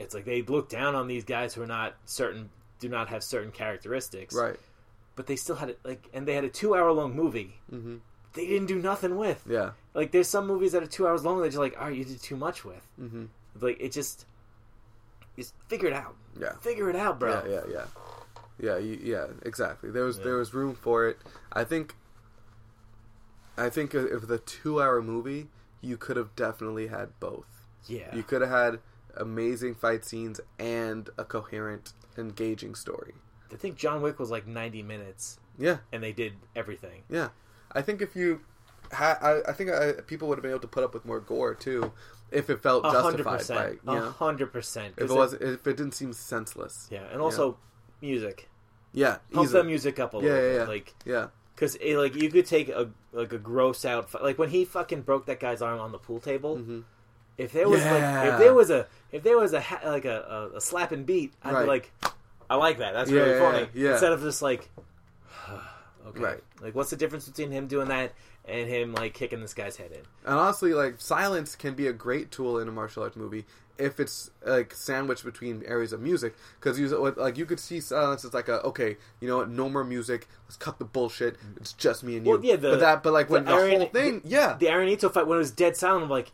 C: it's like they look down on these guys who are not certain do not have certain characteristics.
B: Right.
C: But they still had it like and they had a two hour long movie.
B: Mhm.
C: They didn't do nothing with.
B: Yeah.
C: Like there's some movies that are two hours long that you're like, all right, you did too much with.
B: Mhm.
C: Like it just just figure it out.
B: Yeah.
C: Figure it out, bro.
B: Yeah, yeah, yeah, yeah, you, yeah. Exactly. There was
C: Yeah.
B: there was room for it. I think. I think if the two-hour movie, you could have definitely had both.
C: Yeah.
B: You could have had amazing fight scenes and a coherent, engaging story.
C: I think John Wick was like 90 minutes
B: Yeah,
C: and they did everything.
B: yeah. I think if you, ha- I, I think I, people would have been able to put up with more gore too, if it felt
C: A
B: justified.
C: hundred
B: By,
C: percent.
B: you
C: A
B: know,
C: hundred percent.
B: if it was, if it didn't seem senseless.
C: Yeah, and also music.
B: Yeah,
C: Pump
B: easily.
C: that music up a
B: Yeah,
C: little
B: yeah,
C: bit.
B: yeah.
C: Like
B: yeah,
C: Because like you could take a like a gross out fi- like when he fucking broke that guy's arm on the pool table. If there was like
B: Mm-hmm. Yeah.
C: if there was a if there was a ha- like a, a, a slapping beat, I'd
B: Right.
C: be like, I like that. That's
B: Yeah,
C: really
B: yeah,
C: funny.
B: yeah.
C: Instead of just like, (sighs) okay,
B: Right.
C: like what's the difference between him doing that and him like kicking this guy's head in?
B: And honestly, like silence can be a great tool in a martial arts movie if it's like sandwiched between areas of music. Because you like you could see silence as like a okay, you know what, no more music. Let's cut the bullshit. It's just me and you.
C: Well, yeah, the-
B: but that, but like when
C: the
B: the,
C: iron-
B: whole thing, yeah,
C: The Aranito fight when it was dead silent, I'm like,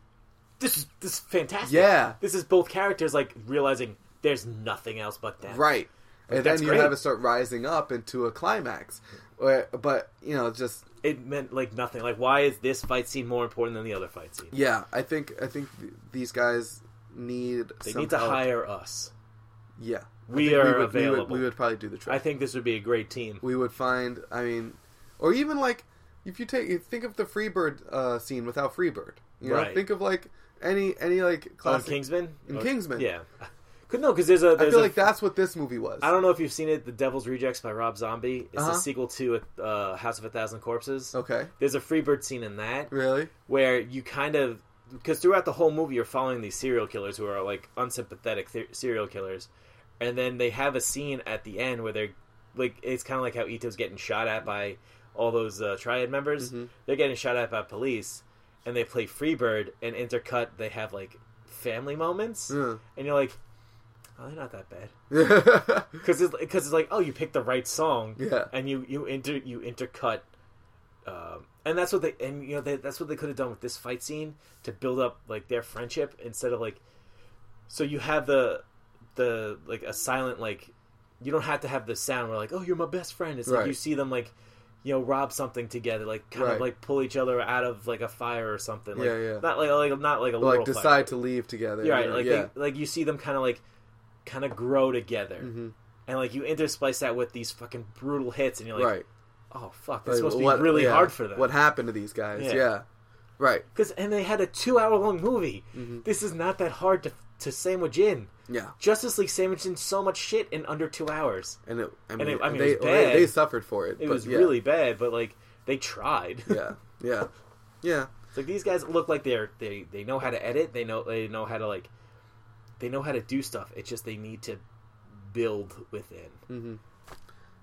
C: this is this is fantastic.
B: Yeah.
C: this is both characters like realizing there's nothing else but that.
B: right. And then
C: that's
B: you
C: great.
B: have it start rising up into a climax. Where- But you know, just
C: it meant like nothing. Like, why is this fight scene more important than the other fight scene?
B: yeah, I think I think th- these guys need
C: They
B: some
C: need to
B: help.
C: hire us.
B: Yeah, I
C: We
B: think
C: are
B: would, We would,
C: available.
B: we would probably do the trick.
C: I think this would be a great team.
B: we would find i mean or even like if you take you think of the freebird uh scene without freebird you know
C: Right.
B: think of like any any like
C: On
B: classic
C: Kingsman.
B: In
C: Or-
B: Kingsman.
C: Yeah. (laughs) Could no, because there's a.
B: i
C: There's
B: feel
C: a-
B: like that's what this movie was
C: I don't know if you've seen it, The Devil's Rejects by Rob Zombie. It's
B: Uh-huh.
C: a sequel to uh, House of a Thousand Corpses.
B: okay
C: There's a Freebird scene in that
B: really (laughs)
C: where you kind of because throughout the whole movie you're following these serial killers who are like unsympathetic th- serial killers and then they have a scene at the end where they're like it's kind of like how ito's getting shot at by all those uh, triad members they're getting shot at by police and they play freebird and intercut they have like family moments
B: Yeah.
C: and you're like oh they're not that bad
B: yeah
C: because it's because it's like oh you picked the right song
B: Yeah.
C: and you you inter you intercut um, and that's what they and you know they, that's what they could have done with this fight scene to build up like their friendship instead of like so you have the the like a silent like you don't have to have the sound where like oh you're my best friend it's like
B: Right.
C: you see them like you know rob something together like kind of
B: Right.
C: like pull each other out of like a fire or something like,
B: Yeah, yeah.
C: not like, like not like a
B: like
C: literal
B: decide
C: fire.
B: to leave together you
C: Yeah, right.
B: know,
C: Like
B: yeah
C: they, like you see them kind of like kind of grow together,
B: Mm-hmm.
C: and like you intersplice that with these fucking brutal hits, and you're like,
B: right
C: oh fuck,
B: Like,
C: that's supposed
B: what-
C: to be really
B: yeah,
C: hard for them.
B: what happened to these guys
C: Yeah.
B: yeah, right
C: Because and they had a two hour long movie.
B: Mm-hmm.
C: This is not that hard to to sandwich in.
B: yeah
C: Justice League sandwiched in so much shit in under two hours.
B: and it, i mean,
C: it- I mean, it
B: they,
C: was bad.
B: they suffered for it but
C: It was
B: yeah,
C: really bad, but like they tried.
B: yeah
C: (laughs)
B: yeah yeah
C: It's like these guys look like they're they they know how to edit. They know they know how to like they know how to do stuff. It's just they need to build within.
B: Mm.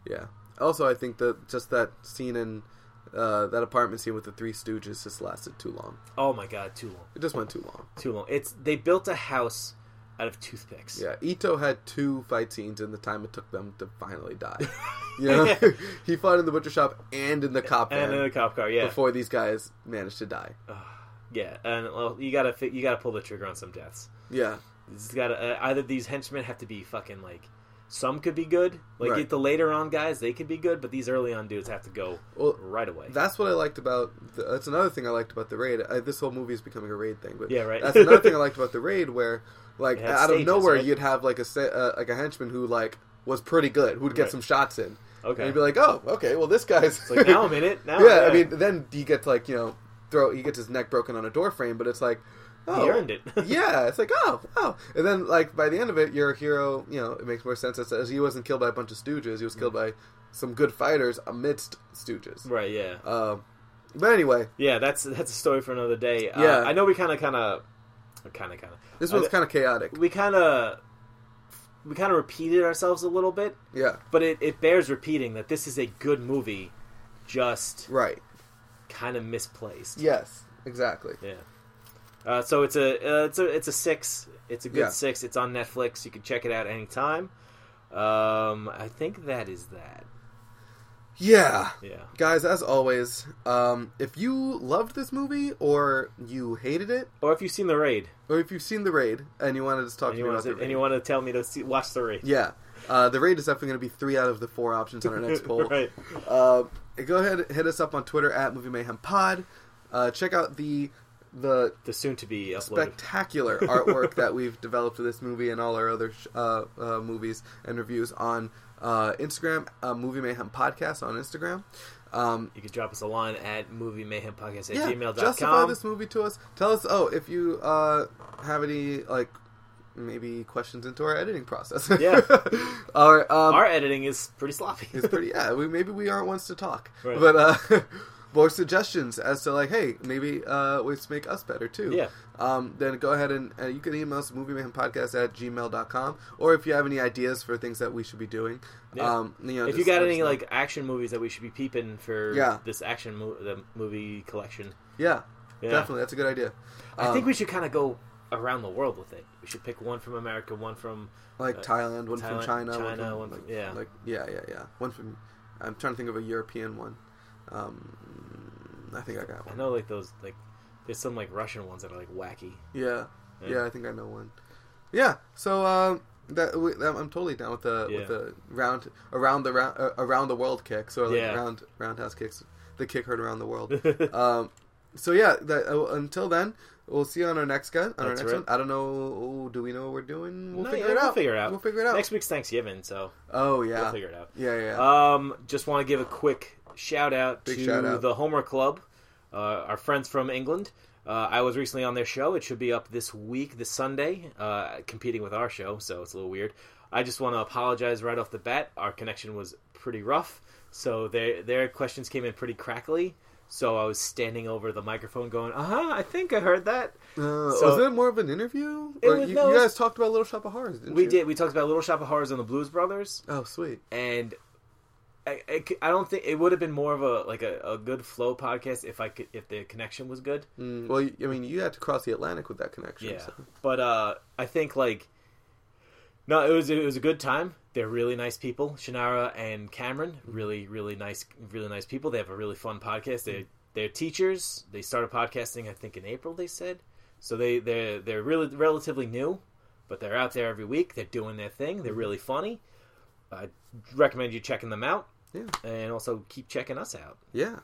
B: Yeah. Also, I think that just that scene in uh, that apartment scene with the Three Stooges just lasted too long.
C: Oh my god, too long.
B: It just went too long.
C: too long. It's they built a house out of toothpicks.
B: Yeah, Ito had two fight scenes in the time it took them to finally
C: (laughs)
B: die. You know? (laughs) he fought in the butcher shop and in the cop
C: And
B: van
C: then the cop car, yeah, Uh.
B: before these guys managed to die.
C: yeah, and well, you gotta fi- you gotta pull the trigger on some deaths.
B: Yeah,
C: It's gotta uh, either these henchmen have to be fucking like some could be good, like
B: Right.
C: get the later on guys they could be good, but these early on dudes have to go
B: Well,
C: right away.
B: that's what I liked about. The, that's another thing I liked about the raid. I, this whole movie is becoming a raid thing, but
C: Yeah, right.
B: that's another
C: (laughs)
B: thing I liked about the raid, where like
C: It had
B: out
C: stages,
B: of nowhere
C: right?
B: you'd have like a se- uh, like a henchman who like was pretty good, who'd get
C: Right.
B: some shots in.
C: Okay.
B: and you'd be like, oh, okay, well this guy's
C: it's like now I'm in it.
B: (laughs)
C: Now,
B: yeah, I mean, then he gets like you know, throw he gets his neck broken on a door frame, but it's like, oh,
C: he earned it. (laughs)
B: yeah, it's like oh, oh, and then like by the end of it, your hero, you know, it makes more sense as he wasn't killed by a bunch of stooges, he was killed
C: Mm.
B: by some good fighters amidst stooges.
C: right, yeah,
B: Um, but anyway,
C: yeah. That's that's a story for another day. Uh,
B: Yeah.
C: I know we kind of, kind of, kind of, kind of.
B: this one's kind of chaotic.
C: we kind of we kind of repeated ourselves a little bit,
B: Yeah,
C: but it, it bears repeating that this is a good movie, just
B: right.
C: kind of misplaced.
B: Yes, exactly.
C: Yeah. Uh, so it's a uh, it's a it's a six. It's a good
B: Yeah.
C: six. It's on Netflix. You can check it out anytime. Um, I think that is that.
B: Yeah.
C: Yeah.
B: Guys, as always, um, if you loved this movie or you hated it,
C: Or if you've seen the raid,
B: or if you've seen The Raid and you wanted to talk
C: and
B: to
C: you
B: me
C: want
B: about
C: to
B: The Raid,
C: and you want to tell me to see, watch the raid.
B: Yeah. Uh, the raid is definitely going to be three out of the four options on our next poll.
C: right.
B: uh, go ahead, hit us up on Twitter at Movie Mayhem Pod. Uh, check out the the
C: The soon to be uploaded.
B: spectacular artwork that we've developed for this movie and all our other sh- uh, uh, movies and reviews on uh, Instagram, uh, Movie Mayhem Podcast on Instagram. Um,
C: you can drop us a line at movie mayhem podcast at
B: yeah,
C: gmail.com.
B: justify this movie to us. Tell us, oh, if you uh, have any like maybe questions into our editing process. (laughs)
C: Yeah.
B: or um,
C: Our editing is pretty sloppy.
B: It's pretty. Yeah, we, maybe we aren't ones to talk,
C: Right.
B: but uh, (laughs) more suggestions as to like, hey, maybe uh, ways to make us better too.
C: Yeah.
B: Um, then go ahead and uh, you can email us moviemayhempodcast at gmail.com or if you have any ideas for things that we should be doing.
C: Yeah.
B: Um, you know,
C: (laughs)
B: just
C: if you
B: let
C: got
B: us
C: any
B: know.
C: like action movies that we should be peeping for
B: Yeah.
C: this action mo- the movie collection,
B: yeah,
C: Yeah.
B: definitely that's a good idea.
C: I think
B: Um,
C: we should kind of go around the world with it. We should pick one from America, one from
B: like
C: uh,
B: Thailand, one
C: Thailand-
B: from China, one
C: China,
B: from,
C: one
B: like,
C: from- yeah.
B: like yeah, yeah, yeah, one from. I'm trying to think of a European one. Um, I think I got
C: I
B: one.
C: know like those like there's some like Russian ones that are like wacky.
B: Yeah.
C: Yeah.
B: yeah, I think I know one. Yeah, so um, that, we, that I'm totally down with the
C: Yeah.
B: with the round around the round uh, around the world kicks or like
C: Yeah.
B: round roundhouse kicks, the kick heard around the
C: (laughs)
B: world. um, so yeah, that, uh, until then, we'll see you on our next guy on our
C: That's
B: next
C: right.
B: one. I don't know. oh, do we know what we're doing? We'll
C: No,
B: figure
C: yeah,
B: it out.
C: We'll figure it out.
B: We'll figure it out.
C: Next week's Thanksgiving, so
B: oh yeah.
C: we'll figure it out.
B: Yeah, yeah. yeah.
C: Um, just want to give a quick shout out
B: Big
C: to
B: shout out.
C: the Homer Club, uh, our friends from England. Uh, I was recently on their show. It should be up this week, this Sunday, uh, competing with our show, so it's a little weird. I just want to apologize right off the bat. Our connection was pretty rough, so their their questions came in pretty crackly. So I was standing over the microphone, going, "Uh huh, I think I heard that."
B: Uh,
C: so-
B: was it more of an interview?
C: It
B: Or
C: was-
B: you, you
C: no, it was-
B: guys talked about Little Shop of Horrors, didn't
C: We
B: you?
C: did. We talked about Little Shop of Horrors and the Blues Brothers.
B: Oh, sweet.
C: and I, I, c- I don't think it would have been more of a like a, a good flow podcast if I could if the connection was good.
B: Mm, well, I mean, you had to cross the Atlantic with that connection.
C: Yeah,
B: so-
C: but uh, I think like no, it was it was a good time. They're really nice people, Shannara and Cameron. Really, really nice, really nice people. They have a really fun podcast. They they're teachers. They started podcasting I think in April. They said so. They they're they're really relatively new, but they're out there every week. They're doing their thing.
B: Mm-hmm.
C: They're really funny. I recommend you checking them out.
B: Yeah.
C: and also keep checking us out.
B: Yeah.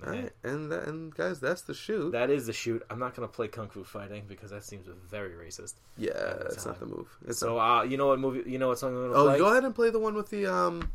C: Yeah.
B: All right, and that, and guys, that's the shoot.
C: That is the shoot. I'm not gonna play kung fu fighting because that seems very racist.
B: yeah,
C: that's
B: it's not
C: how-
B: the move. It's
C: So
B: not-
C: uh, you know what movie? You know what song I'm gonna
B: oh,
C: play?
B: go ahead and play the one with the um